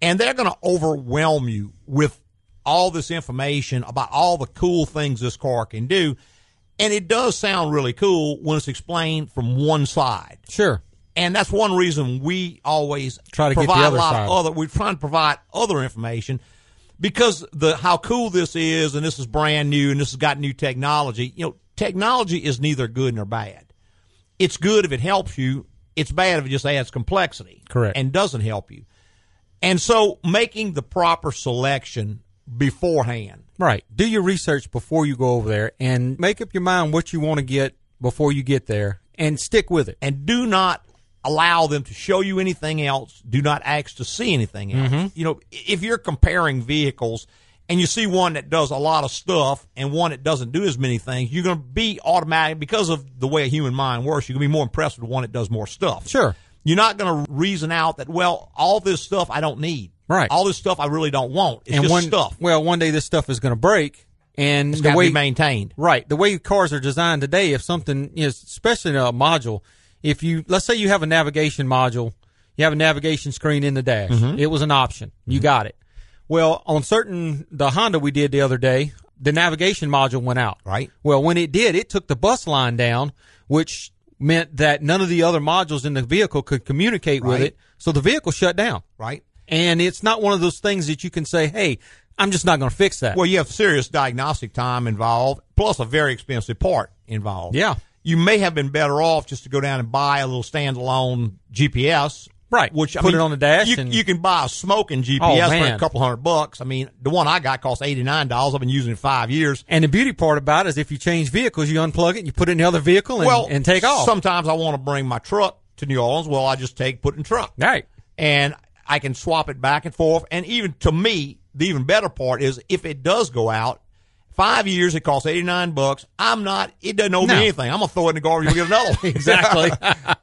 Speaker 1: And they're going to overwhelm you with all this information about all the cool things this car can do, and it does sound really cool when it's explained from one side.
Speaker 2: Sure.
Speaker 1: And that's one reason we always
Speaker 2: Try to get the
Speaker 1: provide
Speaker 2: other
Speaker 1: a lot
Speaker 2: side.
Speaker 1: of other. We try and provide other information because the how cool this is, and this is brand new, and this has got new technology. You know, technology is neither good nor bad. It's good if it helps you. It's bad if it just adds complexity,
Speaker 2: Correct.
Speaker 1: and doesn't help you. And so, making the proper selection beforehand.
Speaker 2: Right. Do your research before you go over there and make up your mind what you want to get before you get there and stick with it.
Speaker 1: and do not allow them to show you anything else. Do not ask to see anything else. You know, if you're comparing vehicles and you see one that does a lot of stuff and one that doesn't do as many things, you're going to be automatic because of the way a human mind works. You're going to be more impressed with the one that does more stuff.
Speaker 2: Sure.
Speaker 1: You're not going to reason out that well, all this stuff I don't need.
Speaker 2: Right.
Speaker 1: All this stuff I really don't want. It's just
Speaker 2: one
Speaker 1: stuff.
Speaker 2: Well, one day this stuff is going to break and
Speaker 1: It's
Speaker 2: the
Speaker 1: got to
Speaker 2: way
Speaker 1: be maintained.
Speaker 2: Right. The way cars are designed today, if something is, especially in a module, if you, let's say you have a navigation module, you have a navigation screen in the dash.
Speaker 1: Mm-hmm.
Speaker 2: It was an option. You got it. Well, on certain, the Honda we did the other day, the navigation module went out.
Speaker 1: Right.
Speaker 2: Well, when it did, it took the bus line down, which meant that none of the other modules in the vehicle could communicate with
Speaker 1: Right.
Speaker 2: it. So the vehicle shut down.
Speaker 1: Right.
Speaker 2: And it's not one of those things that you can say, hey, I'm just not going to fix that.
Speaker 1: Well, you have serious diagnostic time involved, plus a very expensive part involved.
Speaker 2: Yeah.
Speaker 1: You may have been better off just to go down and buy a little standalone GPS.
Speaker 2: Right.
Speaker 1: Which I
Speaker 2: Put it
Speaker 1: mean,
Speaker 2: on the dash
Speaker 1: You,
Speaker 2: and-
Speaker 1: you can buy a smoking GPS
Speaker 2: Oh,
Speaker 1: for
Speaker 2: man.
Speaker 1: a couple hundred bucks. I mean, the one I got cost eighty nine dollars. I've been using it five years.
Speaker 2: And the beauty part about it is if you change vehicles, you unplug it, you put it in the other vehicle and,
Speaker 1: well,
Speaker 2: and take off.
Speaker 1: Sometimes I want to bring my truck to New Orleans. Well, I just take put it in the truck.
Speaker 2: right.
Speaker 1: and I can swap it back and forth. And even to me, the even better part is if it does go out, five years it costs eighty nine bucks. I'm not. It doesn't owe
Speaker 2: No.
Speaker 1: me anything. I'm gonna throw it in the garbage and get another one.
Speaker 2: Exactly.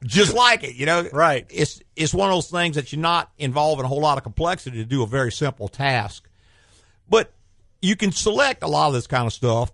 Speaker 1: Just like it, you know.
Speaker 2: Right.
Speaker 1: It's it's one of those things that you're not involving a whole lot of complexity to do a very simple task. But you can select a lot of this kind of stuff.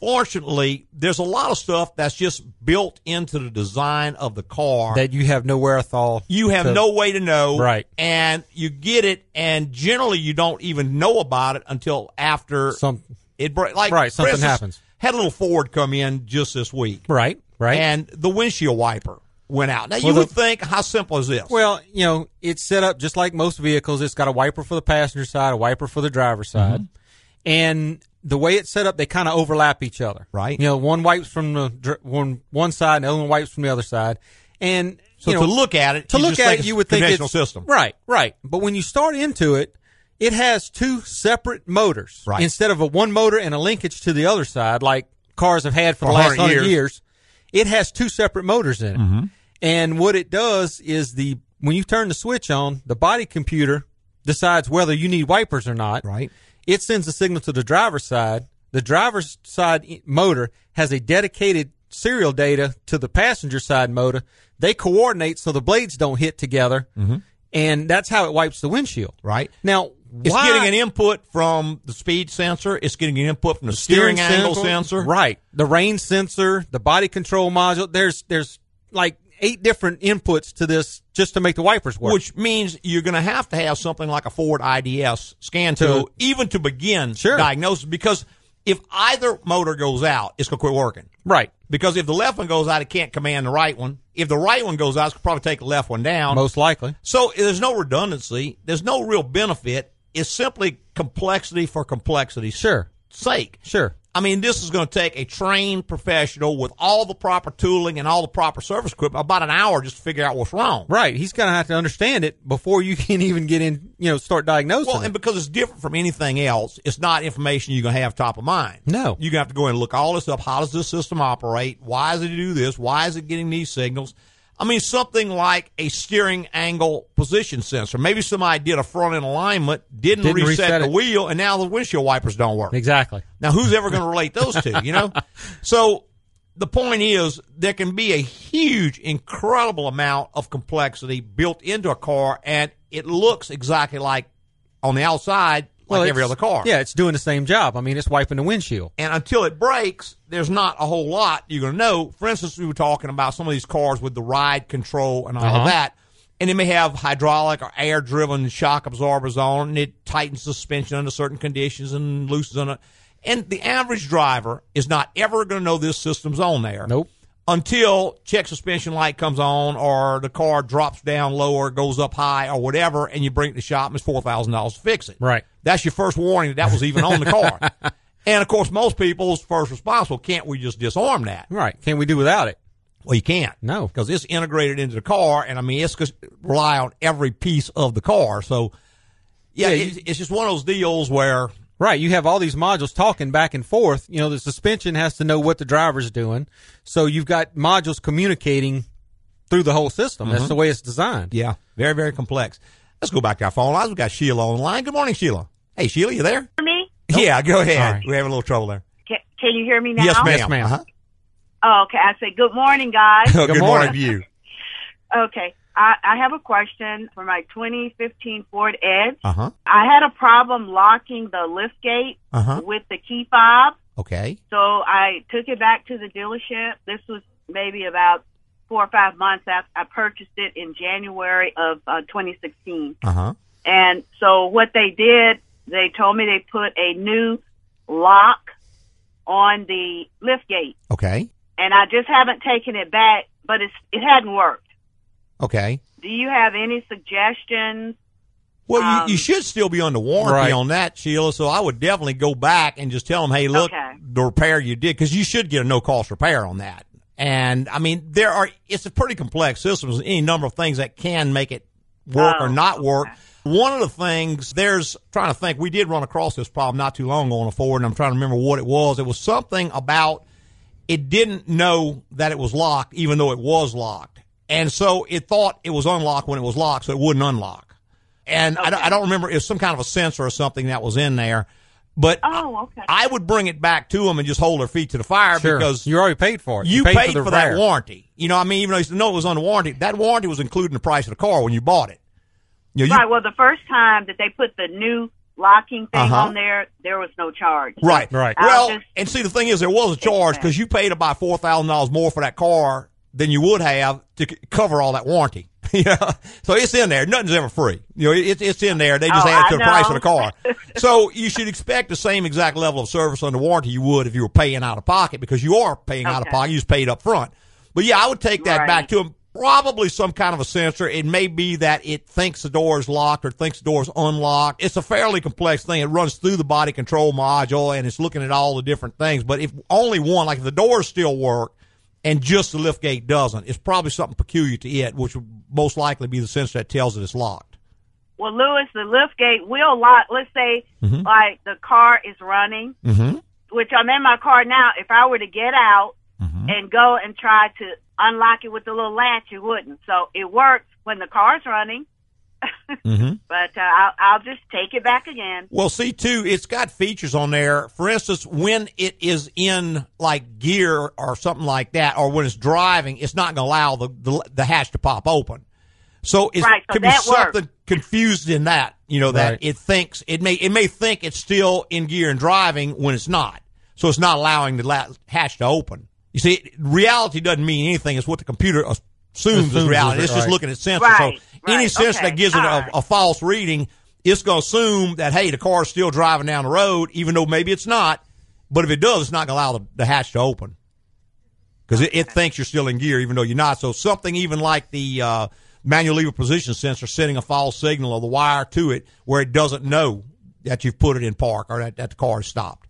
Speaker 1: Unfortunately, there's a lot of stuff that's just built into the design of the car
Speaker 2: That you have no wherewithal.
Speaker 1: you have
Speaker 2: to-
Speaker 1: no way to know
Speaker 2: Right.
Speaker 1: and you get it and generally you don't even know about it until after
Speaker 2: Some,
Speaker 1: it br- like
Speaker 2: Right,
Speaker 1: for
Speaker 2: something
Speaker 1: instance,
Speaker 2: happens.
Speaker 1: had a little ford come in just this week
Speaker 2: right. Right.
Speaker 1: and the windshield wiper went out now you
Speaker 2: Well, the-
Speaker 1: would think how simple is this
Speaker 2: well, you know, it's set up just like most vehicles. It's got a wiper for the passenger side, a wiper for the driver's
Speaker 1: Mm-hmm.
Speaker 2: side. And the way it's set up, they kind of overlap each other.
Speaker 1: Right.
Speaker 2: You know, one wipes from the dr- one, one side and the other one wipes from the other side. And
Speaker 1: so
Speaker 2: you know,
Speaker 1: to look at it
Speaker 2: to
Speaker 1: you
Speaker 2: look
Speaker 1: just
Speaker 2: at
Speaker 1: think
Speaker 2: it,
Speaker 1: it's
Speaker 2: you would think
Speaker 1: conventional
Speaker 2: it's
Speaker 1: system
Speaker 2: Right, right. But when you start into it, it has two separate motors
Speaker 1: Right.
Speaker 2: instead of a one motor and a linkage to the other side, like cars have had for, the
Speaker 1: For
Speaker 2: last
Speaker 1: 100
Speaker 2: hundred years.
Speaker 1: years. Mm-hmm.
Speaker 2: It has two separate motors in it, and what it does is the when you turn the switch on, the body computer decides whether you need wipers or not.
Speaker 1: Right.
Speaker 2: It sends a signal to the driver's side. The driver's side i- motor has a dedicated serial data to the passenger side motor. They coordinate so the blades don't hit together, and that's how it wipes the windshield.
Speaker 1: Mm-hmm. Right.
Speaker 2: Now,
Speaker 1: It's
Speaker 2: why-
Speaker 1: getting an input from the speed sensor. It's getting an input from the, steering, angle sensor.
Speaker 2: Right. The rain sensor, the body control module. There's there's like eight different inputs to this just to make the wipers work.
Speaker 1: Which means you're going to have to have something like a Ford IDS scan tool,
Speaker 2: To-
Speaker 1: even to begin
Speaker 2: Sure.
Speaker 1: diagnosis. Because if either motor goes out, it's going to quit working.
Speaker 2: right.
Speaker 1: Because if the left one goes out, it can't command the right one. If the right one goes out, it's going to probably take the left one down.
Speaker 2: Most likely.
Speaker 1: So there's no redundancy. There's no real benefit. It's simply complexity for complexity's
Speaker 2: Sure.
Speaker 1: sake.
Speaker 2: Sure.
Speaker 1: I mean, this is going to take a trained professional with all the proper tooling and all the proper service equipment about an hour just to figure out what's wrong.
Speaker 2: Right. He's gonna have to understand it before you can even get in you know, start diagnosing.
Speaker 1: Well,
Speaker 2: it.
Speaker 1: and because it's different from anything else, it's not information you're going to have top of mind.
Speaker 2: No.
Speaker 1: You're going to have to go in and look all this up. How does this system operate? Why does it do this? Why is it getting these signals? I mean, something like a steering angle position sensor. Maybe somebody did a front end alignment, didn't,
Speaker 2: Didn't
Speaker 1: reset,
Speaker 2: reset
Speaker 1: the
Speaker 2: it.
Speaker 1: wheel, and now the windshield wipers don't work.
Speaker 2: exactly.
Speaker 1: Now, who's ever going to relate those two, you know? So the point is there can be a huge, incredible amount of complexity built into a car, and it looks exactly like on the outside, like
Speaker 2: Well,
Speaker 1: every
Speaker 2: it's-
Speaker 1: other car.
Speaker 2: Yeah, it's doing the same job. I mean, it's wiping the windshield.
Speaker 1: And until it breaks, there's not a whole lot you're going to know. For instance, we were talking about some of these cars with the ride control and all
Speaker 2: Uh-huh.
Speaker 1: of that. And it may have hydraulic or air driven shock absorbers on, and it tightens suspension under certain conditions and loosens on it. And the average driver is not ever going to know this system's on there.
Speaker 2: Nope.
Speaker 1: Until check suspension light comes on, or the car drops down lower, goes up high, or whatever, and you bring it to shop and it's $4,000 to fix it.
Speaker 2: Right.
Speaker 1: That's your first warning that that was even on the car. And of course, most people's first response, well, can't we just disarm that?
Speaker 2: Right. Can we do without it?
Speaker 1: Well, you can't.
Speaker 2: No.
Speaker 1: Because it's integrated into the car, and I mean, it's just rely on every piece of the car. So, yeah,
Speaker 2: Yeah,
Speaker 1: it's, it's just one of those deals where,
Speaker 2: Right, you have all these modules talking back and forth. You know, the suspension has to know what the driver's doing. So you've got modules communicating through the whole system. That's the way it's designed.
Speaker 1: Mm-hmm. yeah, very, very complex. Let's go back to our phone lines. We've got Sheila on the line. Good morning, Sheila. Hey, Sheila, you there?
Speaker 10: me?
Speaker 1: Yeah, go ahead.
Speaker 2: Sorry.
Speaker 1: We're having a little trouble there.
Speaker 10: Can, can you hear me now?
Speaker 1: Yes, ma'am.
Speaker 2: Yes, ma'am.
Speaker 1: Uh-huh.
Speaker 10: Oh, okay. I say good morning, guys.
Speaker 1: Good, morning
Speaker 2: morning.
Speaker 1: to you.
Speaker 10: okay. I, I have a question for my 2015 Ford Edge.
Speaker 1: Uh huh.
Speaker 10: I had a problem locking the lift gate
Speaker 1: Uh-huh.
Speaker 10: with the key fob,
Speaker 1: Okay.
Speaker 10: so I took it back to the dealership. This was maybe about four or five months after I purchased it in January of uh, 2016.
Speaker 1: Uh huh.
Speaker 10: And so what they did, they told me they put a new lock on the lift gate.
Speaker 1: Okay.
Speaker 10: and I just haven't taken it back, but it's it hadn't worked.
Speaker 1: Okay.
Speaker 10: Do you have any suggestions?
Speaker 1: Well,
Speaker 10: Um,
Speaker 1: you, you should still be under warranty
Speaker 2: Right.
Speaker 1: on that, Sheila. So I would definitely go back and just tell them, hey, look,
Speaker 10: Okay.
Speaker 1: the repair you did, because you should get a no cost repair on that. And I mean, there are, it's a pretty complex system. There's any number of things that can make it work or
Speaker 10: Oh,
Speaker 1: not work.
Speaker 10: okay.
Speaker 1: One of the things, there's, trying to think, we did run across this problem not too long ago on a Ford, and I'm trying to remember what it was. It was something about it didn't know that it was locked, even though it was locked. And so it thought it was unlocked when it was locked, so it wouldn't unlock. And I, don't- I don't remember, it was some kind of a sensor or something that was in there. But
Speaker 10: Oh, okay.
Speaker 1: I would bring it back to them and just hold their feet to the fire
Speaker 2: Sure.
Speaker 1: because
Speaker 2: you already paid for it.
Speaker 1: you paid, for, that
Speaker 2: repair.
Speaker 1: warranty. You know, I mean, even though you know it was under warranty, that warranty was included in the price of the car when you bought it. You know, you-
Speaker 10: right. Well, the first time that they put the new locking thing
Speaker 1: Uh-huh.
Speaker 10: on there, there was no charge.
Speaker 1: Right,
Speaker 2: Right.
Speaker 10: I'll
Speaker 1: Well,
Speaker 10: just-
Speaker 1: and see, the thing is, there was a charge because you paid about four thousand dollars more for that car than you would have to c- cover all that warranty. yeah, so it's in there. Nothing's ever free. You know, it's it's in there. They just
Speaker 10: Oh,
Speaker 1: add it
Speaker 10: I
Speaker 1: to the price of
Speaker 10: know.
Speaker 1: the car. so you should expect the same exact level of service under warranty you would if you were paying out of pocket because you are paying out of
Speaker 10: Okay.
Speaker 1: pocket. You just paid up front. But yeah, I would take that
Speaker 10: Right.
Speaker 1: back to him. Probably some kind of a sensor. It may be that it thinks the door is locked or thinks the door is unlocked. It's a fairly complex thing. It runs through the body control module and it's looking at all the different things. But if only one, like if the doors still work and just the lift gate doesn't, it's probably something peculiar to it, which would most likely be the sensor that tells it it's locked.
Speaker 10: Well, Lewis, the lift gate will lock. Let's say,
Speaker 1: Mm-hmm.
Speaker 10: like the car is running,
Speaker 1: Mhm.
Speaker 10: which I'm in my car now. If I were to get out
Speaker 1: Mm-hmm.
Speaker 10: and go and try to unlock it with the little latch, you wouldn't. So it works when the car's running.
Speaker 1: Mm-hmm.
Speaker 10: but uh, I'll, I'll just take it back again.
Speaker 1: Well, see too, it's got features on there. For instance, when it is in like gear or something like that, or when it's driving, it's not going to allow the, the the hatch to pop open. So it
Speaker 10: Right, so
Speaker 1: could be
Speaker 10: that works.
Speaker 1: something confused in that. You know that
Speaker 2: Right.
Speaker 1: it thinks it may it may think it's still in gear and driving when it's not. So it's not allowing the la- hatch to open. You see, reality doesn't mean anything. It's what the computer assumes, is
Speaker 2: is
Speaker 1: reality.
Speaker 2: re-
Speaker 1: It's just
Speaker 2: right.
Speaker 1: looking at sensors.
Speaker 10: Right,
Speaker 1: so any
Speaker 10: right,
Speaker 1: sensor
Speaker 10: okay,
Speaker 1: that gives it a,
Speaker 10: all right.
Speaker 1: a false reading, it's going to assume that hey, the car's still driving down the road, even though maybe it's not. But if it does, it's not going to allow the, the hatch to open because it, it thinks you're still in gear, even though you're not. So something even like the uh, manual lever position sensor sending a false signal of the wire to it, where it doesn't know that you've put it in park or that, that the car is stopped.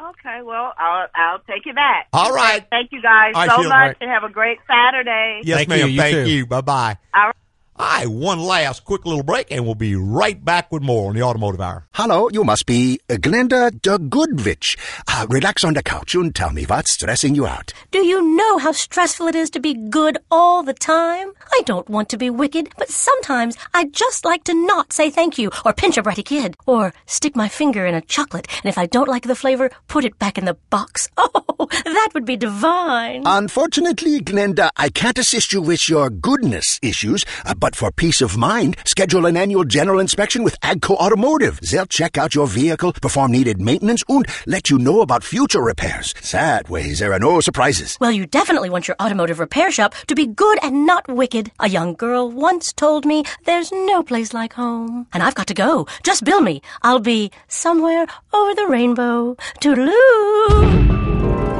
Speaker 10: Okay, well, I'll, I'll take it back.
Speaker 1: All right.
Speaker 10: Thank you guys
Speaker 1: All right,
Speaker 10: so
Speaker 1: Sheila,
Speaker 10: much
Speaker 2: right.
Speaker 10: and have a great Saturday.
Speaker 1: Yes,
Speaker 2: Thank you.
Speaker 1: ma'am.
Speaker 2: You
Speaker 1: Thank
Speaker 2: too.
Speaker 1: you. Bye bye.
Speaker 10: All right.
Speaker 1: All right, one last quick little break, and we'll be right back with more on the Automotive Hour.
Speaker 7: Hello, you must be uh, Glenda de Goodrich. Uh, relax on the couch and tell me what's stressing you out.
Speaker 11: Do you know how stressful it is to be good all the time? I don't want to be wicked, but sometimes I just like to not say thank you or pinch a bratty kid or stick my finger in a chocolate and if I don't like the flavor, put it back in the box. Oh, that would be divine.
Speaker 7: Unfortunately, Glenda, I can't assist you with your goodness issues, uh, but for peace of mind, schedule an annual general inspection with Agco Automotive. They'll check out your vehicle, perform needed maintenance, and let you know about future repairs. That way, there are no surprises.
Speaker 11: Well, you definitely want your automotive repair shop to be good and not wicked. A young girl once told me there's no place like home. And I've got to go. Just bill me. I'll be somewhere over the rainbow. Toodaloo!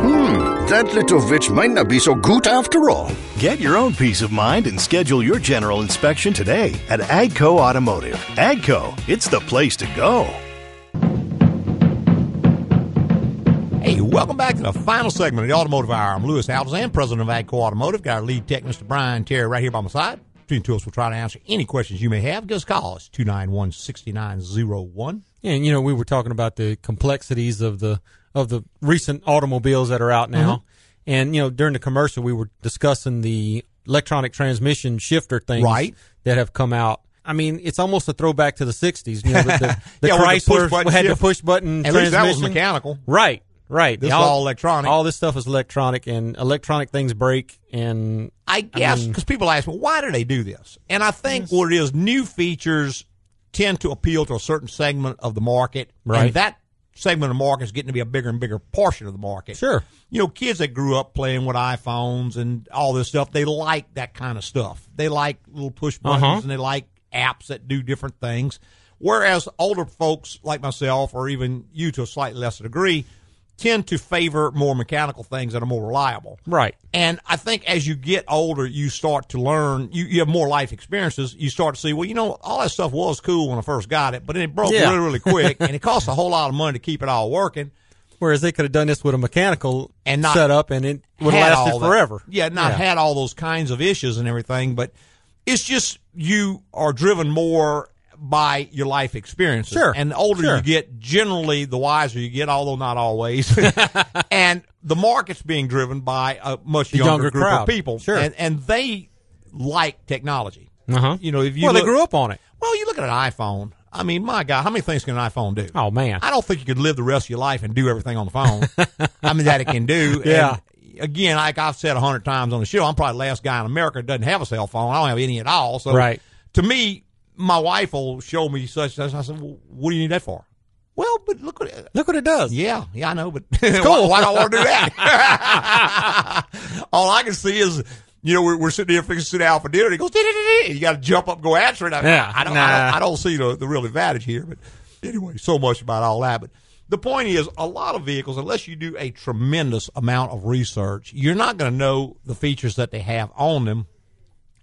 Speaker 7: Hmm, That little witch might not be so good after all.
Speaker 6: Get your own peace of mind and schedule your general inspection today at Agco Automotive. Agco, it's the place to go.
Speaker 1: Hey, welcome back to the final segment of the Automotive Hour. I'm Lewis Alzan, president of Agco Automotive. Got our lead tech, Mr. Brian Terry, right here by my side. Between the two of us, we'll try to answer any questions you may have. Give us a call. It's 291 6901.
Speaker 2: And you know, we were talking about the complexities of the of the recent automobiles that are out
Speaker 1: Mm-hmm.
Speaker 2: now. And you know, during the commercial, we were discussing the electronic transmission shifter things
Speaker 1: Right.
Speaker 2: that have come out. I mean, it's almost a throwback to the '60s. You know, the, the, the
Speaker 1: Yeah, with the
Speaker 2: Chrysler
Speaker 1: push-button
Speaker 2: had the
Speaker 1: shift.
Speaker 2: push button.
Speaker 1: At least that was
Speaker 2: transmission.
Speaker 1: mechanical.
Speaker 2: Right, right.
Speaker 1: This is all electronic.
Speaker 2: All this stuff is electronic, and electronic things break. And
Speaker 1: I guess
Speaker 2: mean-
Speaker 1: because people ask me why do they do this, and I think what it is, new features tend to appeal to a certain segment of the market,
Speaker 2: Right.
Speaker 1: And that segment of the market is getting to be a bigger and bigger portion of the market.
Speaker 2: Sure.
Speaker 1: you know, kids that grew up playing with iPhones and all this stuff, they like that kind of stuff. They like little push buttons
Speaker 2: Uh-huh.
Speaker 1: and they like apps that do different things. Whereas older folks like myself, or even you to a slightly lesser degree, tend to favor more mechanical things that are more reliable.
Speaker 2: right,
Speaker 1: And I think as you get older, you start to learn, you, you have more life experiences. You start to see, well, you know, all that stuff was cool when I first got it, but then it broke
Speaker 2: Yeah.
Speaker 1: really, really quick and it costs a whole lot of money to keep it all working.
Speaker 2: whereas they could have done this with a mechanical
Speaker 1: And not
Speaker 2: setup, and it would
Speaker 1: had
Speaker 2: have lasted
Speaker 1: all that-
Speaker 2: forever.
Speaker 1: Yeah, not
Speaker 2: Yeah.
Speaker 1: had all those kinds of issues and everything, but it's just you are driven more by your life experiences.
Speaker 2: Sure,
Speaker 1: And the older
Speaker 2: sure.
Speaker 1: you get, generally the wiser you get, although not always. and the market's being driven by a much
Speaker 2: The
Speaker 1: younger,
Speaker 2: younger
Speaker 1: group
Speaker 2: crowd.
Speaker 1: of people.
Speaker 2: Sure.
Speaker 1: And and they like technology.
Speaker 2: Uh-huh.
Speaker 1: You know, if you
Speaker 2: well,
Speaker 1: look-
Speaker 2: they grew up on it.
Speaker 1: Well, you look at an iPhone. I mean, my God, how many things can an iPhone do?
Speaker 2: Oh man,
Speaker 1: I don't think you could live the rest of your life and do everything on the phone. I mean, that it can do.
Speaker 2: Yeah.
Speaker 1: And again, like I've said a hundred times on the show, I'm probably the last guy in America that doesn't have a cell phone. I don't have any at all. So
Speaker 2: Right.
Speaker 1: to me, my wife will show me such and such. I said, well, what do you need that for? Well, but look what it,
Speaker 2: look what it does.
Speaker 1: yeah, yeah, I know, but cool. why, why do I want to do that? All I can see is, you know, we're, we're sitting here fixing to sit down for dinner. And it goes, "Dee-dee-dee-dee." you got to jump up, and go answer it. I,
Speaker 2: Yeah,
Speaker 1: I, don't, I
Speaker 2: nah.
Speaker 1: don't, I don't see the, the real advantage here. But anyway, so much about all that. But the point is, a lot of vehicles, unless you do a tremendous amount of research, you're not going to know the features that they have on them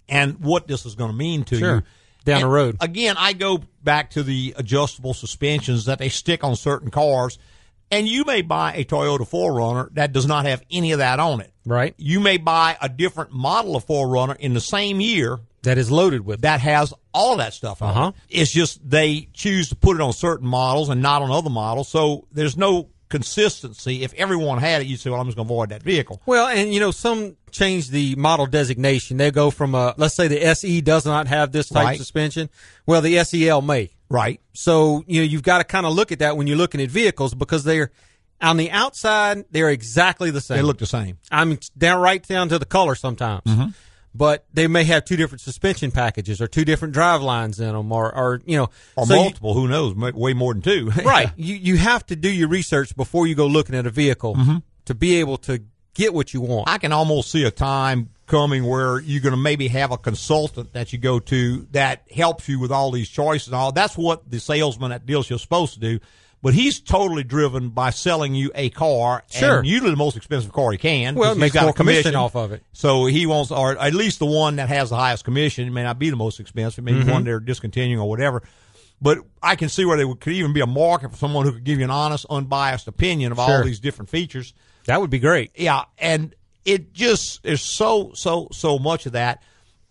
Speaker 1: and what this is going to mean to
Speaker 2: Sure.
Speaker 1: you
Speaker 2: Down the
Speaker 1: And
Speaker 2: road.
Speaker 1: Again, I go back to the adjustable suspensions that they stick on certain cars, and you may buy a Toyota 4Runner that does not have any of that on it.
Speaker 2: Right.
Speaker 1: You may buy a different model of 4Runner in the same year
Speaker 2: That is loaded with
Speaker 1: that has all that stuff on
Speaker 2: Uh-huh.
Speaker 1: it. It's just they choose to put it on certain models and not on other models, so there's no consistency. If everyone had it, you'd say, well, I'm just going to avoid that vehicle.
Speaker 2: Well, and you know, some change the model designation. They go from a, let's say the SE does not have this type
Speaker 1: Right.
Speaker 2: suspension. Well, the SEL may.
Speaker 1: Right.
Speaker 2: So, you know, you've got to kind of look at that when you're looking at vehicles because they're on the outside, they're exactly the same.
Speaker 1: They look Mm-hmm. the same.
Speaker 2: I'm down right down to the color sometimes. But they may have two different suspension packages or two different drive lines in them or, or you know,
Speaker 1: Or
Speaker 2: so you-
Speaker 1: multiple, who knows, may- way more than two.
Speaker 2: right. You you have to do your research before you go looking at a vehicle to be able to get what you want.
Speaker 1: I can almost see a time coming where you're going to maybe have a consultant that you go to that helps you with all these choices and all. That's what the salesman at the dealership is supposed to do. But he's totally driven by selling you a car,
Speaker 2: Sure.
Speaker 1: and usually the most expensive car he can.
Speaker 2: Well, it
Speaker 1: because he's
Speaker 2: makes
Speaker 1: got a
Speaker 2: more commission off of it.
Speaker 1: So he wants, or at least the one that has the highest commission. It may not be the most expensive. Maybe
Speaker 2: Mm-hmm.
Speaker 1: one they're discontinuing or whatever. But I can see where there could even be a market for someone who could give you an honest, unbiased opinion of all
Speaker 2: Sure.
Speaker 1: these different features
Speaker 2: That would be great.
Speaker 1: yeah and it just there's so so so much of that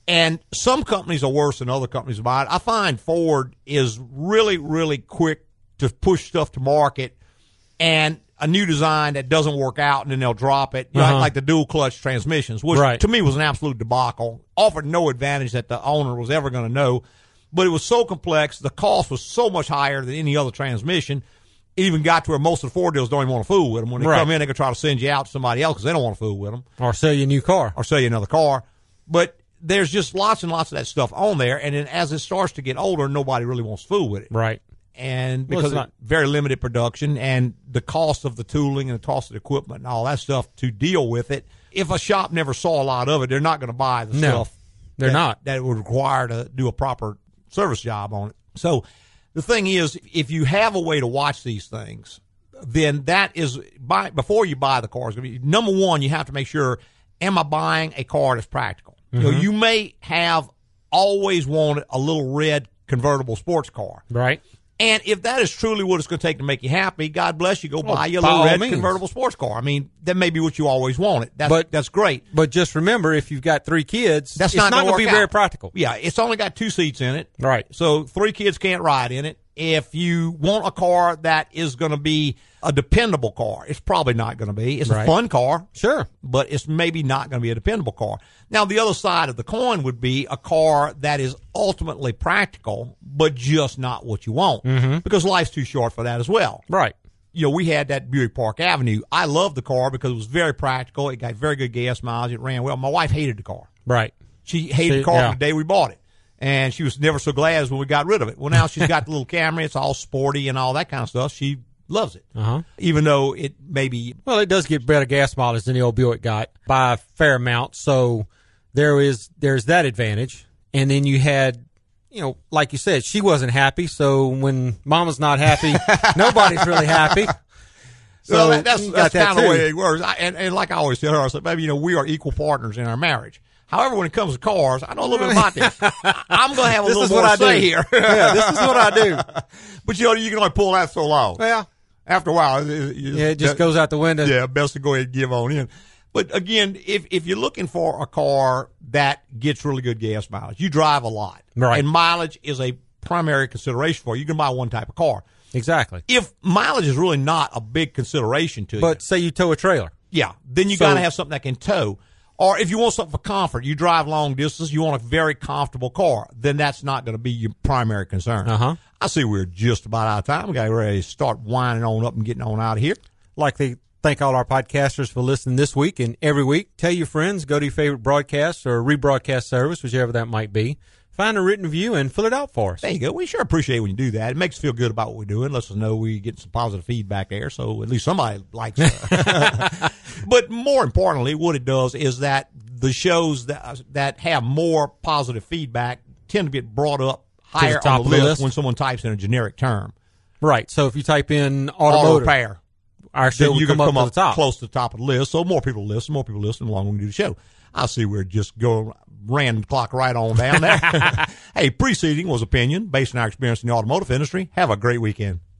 Speaker 1: and some companies are worse than other companies about it i find ford is really really quick to push stuff to market and a new design that doesn't work out and then they'll drop it right?
Speaker 2: Uh-huh.
Speaker 1: like the dual clutch transmissions which
Speaker 2: Right.
Speaker 1: to me was an absolute debacle offered no advantage that the owner was ever going to know but it was so complex the cost was so much higher than any other transmission it even got to where most of the Ford deals don't even want to fool with them. When they
Speaker 2: Right.
Speaker 1: come in, they can try to send you out to somebody else because they don't want to fool with them
Speaker 2: Or sell you a new car.
Speaker 1: or sell you another car. But there's just lots and lots of that stuff on there. And then as it starts to get older, nobody really wants to fool with it.
Speaker 2: Right.
Speaker 1: And
Speaker 2: Well, it's
Speaker 1: because of
Speaker 2: not-
Speaker 1: very limited production and the cost of the tooling and the cost of the equipment and all that stuff to deal with it, if a shop never saw a lot of it, they're not going to buy the
Speaker 2: No,
Speaker 1: stuff.
Speaker 2: they're
Speaker 1: that-
Speaker 2: not.
Speaker 1: That it would require to do a proper service job on it. So the thing is, if you have a way to watch these things, then that is buy before you buy the car. Is going to be number one. You have to make sure: Am I buying a car that's practical?
Speaker 2: Mm-hmm.
Speaker 1: You know, you may have always wanted a little red convertible sports car.
Speaker 2: Right.
Speaker 1: And if that is truly what it's going to take to make you happy, God bless you. Go buy your
Speaker 2: by
Speaker 1: little
Speaker 2: all
Speaker 1: red
Speaker 2: means.
Speaker 1: convertible sports car. I mean, that may be what you always wanted. That's,
Speaker 2: But-
Speaker 1: that's great.
Speaker 2: But just remember, if you've got three kids,
Speaker 1: That's
Speaker 2: it's not,
Speaker 1: going to
Speaker 2: going to be very practical.
Speaker 1: Yeah, it's only got two seats in it.
Speaker 2: Right.
Speaker 1: So three kids can't ride in it. If you want a car that is going to be a dependable car, it's probably not going to be. It's
Speaker 2: Right.
Speaker 1: a fun car,
Speaker 2: Sure.
Speaker 1: but it's maybe not going to be a dependable car. Now, the other side of the coin would be a car that is ultimately practical, but just not what you want because life's too short for that as well
Speaker 2: Mm-hmm. Right.
Speaker 1: you know, we had that Buick Park Avenue. I loved the car because it was very practical. It got very good gas mileage. It ran well. My wife hated the car.
Speaker 2: Right.
Speaker 1: She hated
Speaker 2: She-
Speaker 1: the car
Speaker 2: yeah.
Speaker 1: from the day we bought it. And she was never so glad as when we got rid of it. Well, now she's got the little Camry. It's all sporty and all that kind of stuff. She loves it.
Speaker 2: Uh-huh.
Speaker 1: Even though it maybe
Speaker 2: Well, it does get better gas mileage than the old Buick got by a fair amount. So there is there's that advantage. And then you had, you know, like you said, she wasn't happy. So when Mama's not happy, nobody's really happy. So
Speaker 1: well, that, that's
Speaker 2: you
Speaker 1: that's
Speaker 2: got that
Speaker 1: kind of
Speaker 2: too.
Speaker 1: the way it works. I, and, and like I always tell her, I said, "Baby, you know, we are equal partners in our marriage." However, when it comes to cars, I know a little bit about this. I- I'm going to have a
Speaker 2: This
Speaker 1: little
Speaker 2: is
Speaker 1: more
Speaker 2: what I
Speaker 1: say
Speaker 2: do.
Speaker 1: here.
Speaker 2: Yeah, this is what I do.
Speaker 1: But you know, you can only pull that so long.
Speaker 2: Yeah.
Speaker 1: after a while, it,
Speaker 2: Yeah, it just goes out the window.
Speaker 1: Yeah, best to go ahead and give on in. But again, if if you're looking for a car that gets really good gas mileage, you drive a lot,
Speaker 2: Right.
Speaker 1: And mileage is a primary consideration for you. You can buy one type of car.
Speaker 2: Exactly.
Speaker 1: If mileage is really not a big consideration to you,
Speaker 2: But say you tow a trailer.
Speaker 1: yeah, then you
Speaker 2: So-
Speaker 1: got to have something that can tow. Or if you want something for comfort, you drive long distance, you want a very comfortable car, then that's not going to be your primary concern.
Speaker 2: Uh-huh.
Speaker 1: I see we're just about out of time. We got ready to start winding on up and getting on out of here.
Speaker 2: like to thank all our podcasters for listening this week and every week. Tell your friends, go to your favorite broadcast or rebroadcast service, whichever that might be. Find a written review and fill it out for us.
Speaker 1: There you go. We sure appreciate when you do that. It makes us feel good about what we're doing. Lets us know we get some positive feedback there. So at least somebody likes it. but more importantly, what it does is that the shows that uh, that have more positive feedback tend to get brought up higher
Speaker 2: top
Speaker 1: on the
Speaker 2: of the
Speaker 1: list,
Speaker 2: list.
Speaker 1: when someone types in a generic term.
Speaker 2: Right. So if you type in
Speaker 1: Auto
Speaker 2: automotive,
Speaker 1: repair.
Speaker 2: our show
Speaker 1: Then
Speaker 2: will
Speaker 1: you
Speaker 2: come,
Speaker 1: can
Speaker 2: up, to the top.
Speaker 1: close to the top of the list. So more people listen, more people listen, the longer we do the show. I see we're just going ran the clock right on down there. hey, preceding was opinion based on our experience in the automotive industry. Have a great weekend.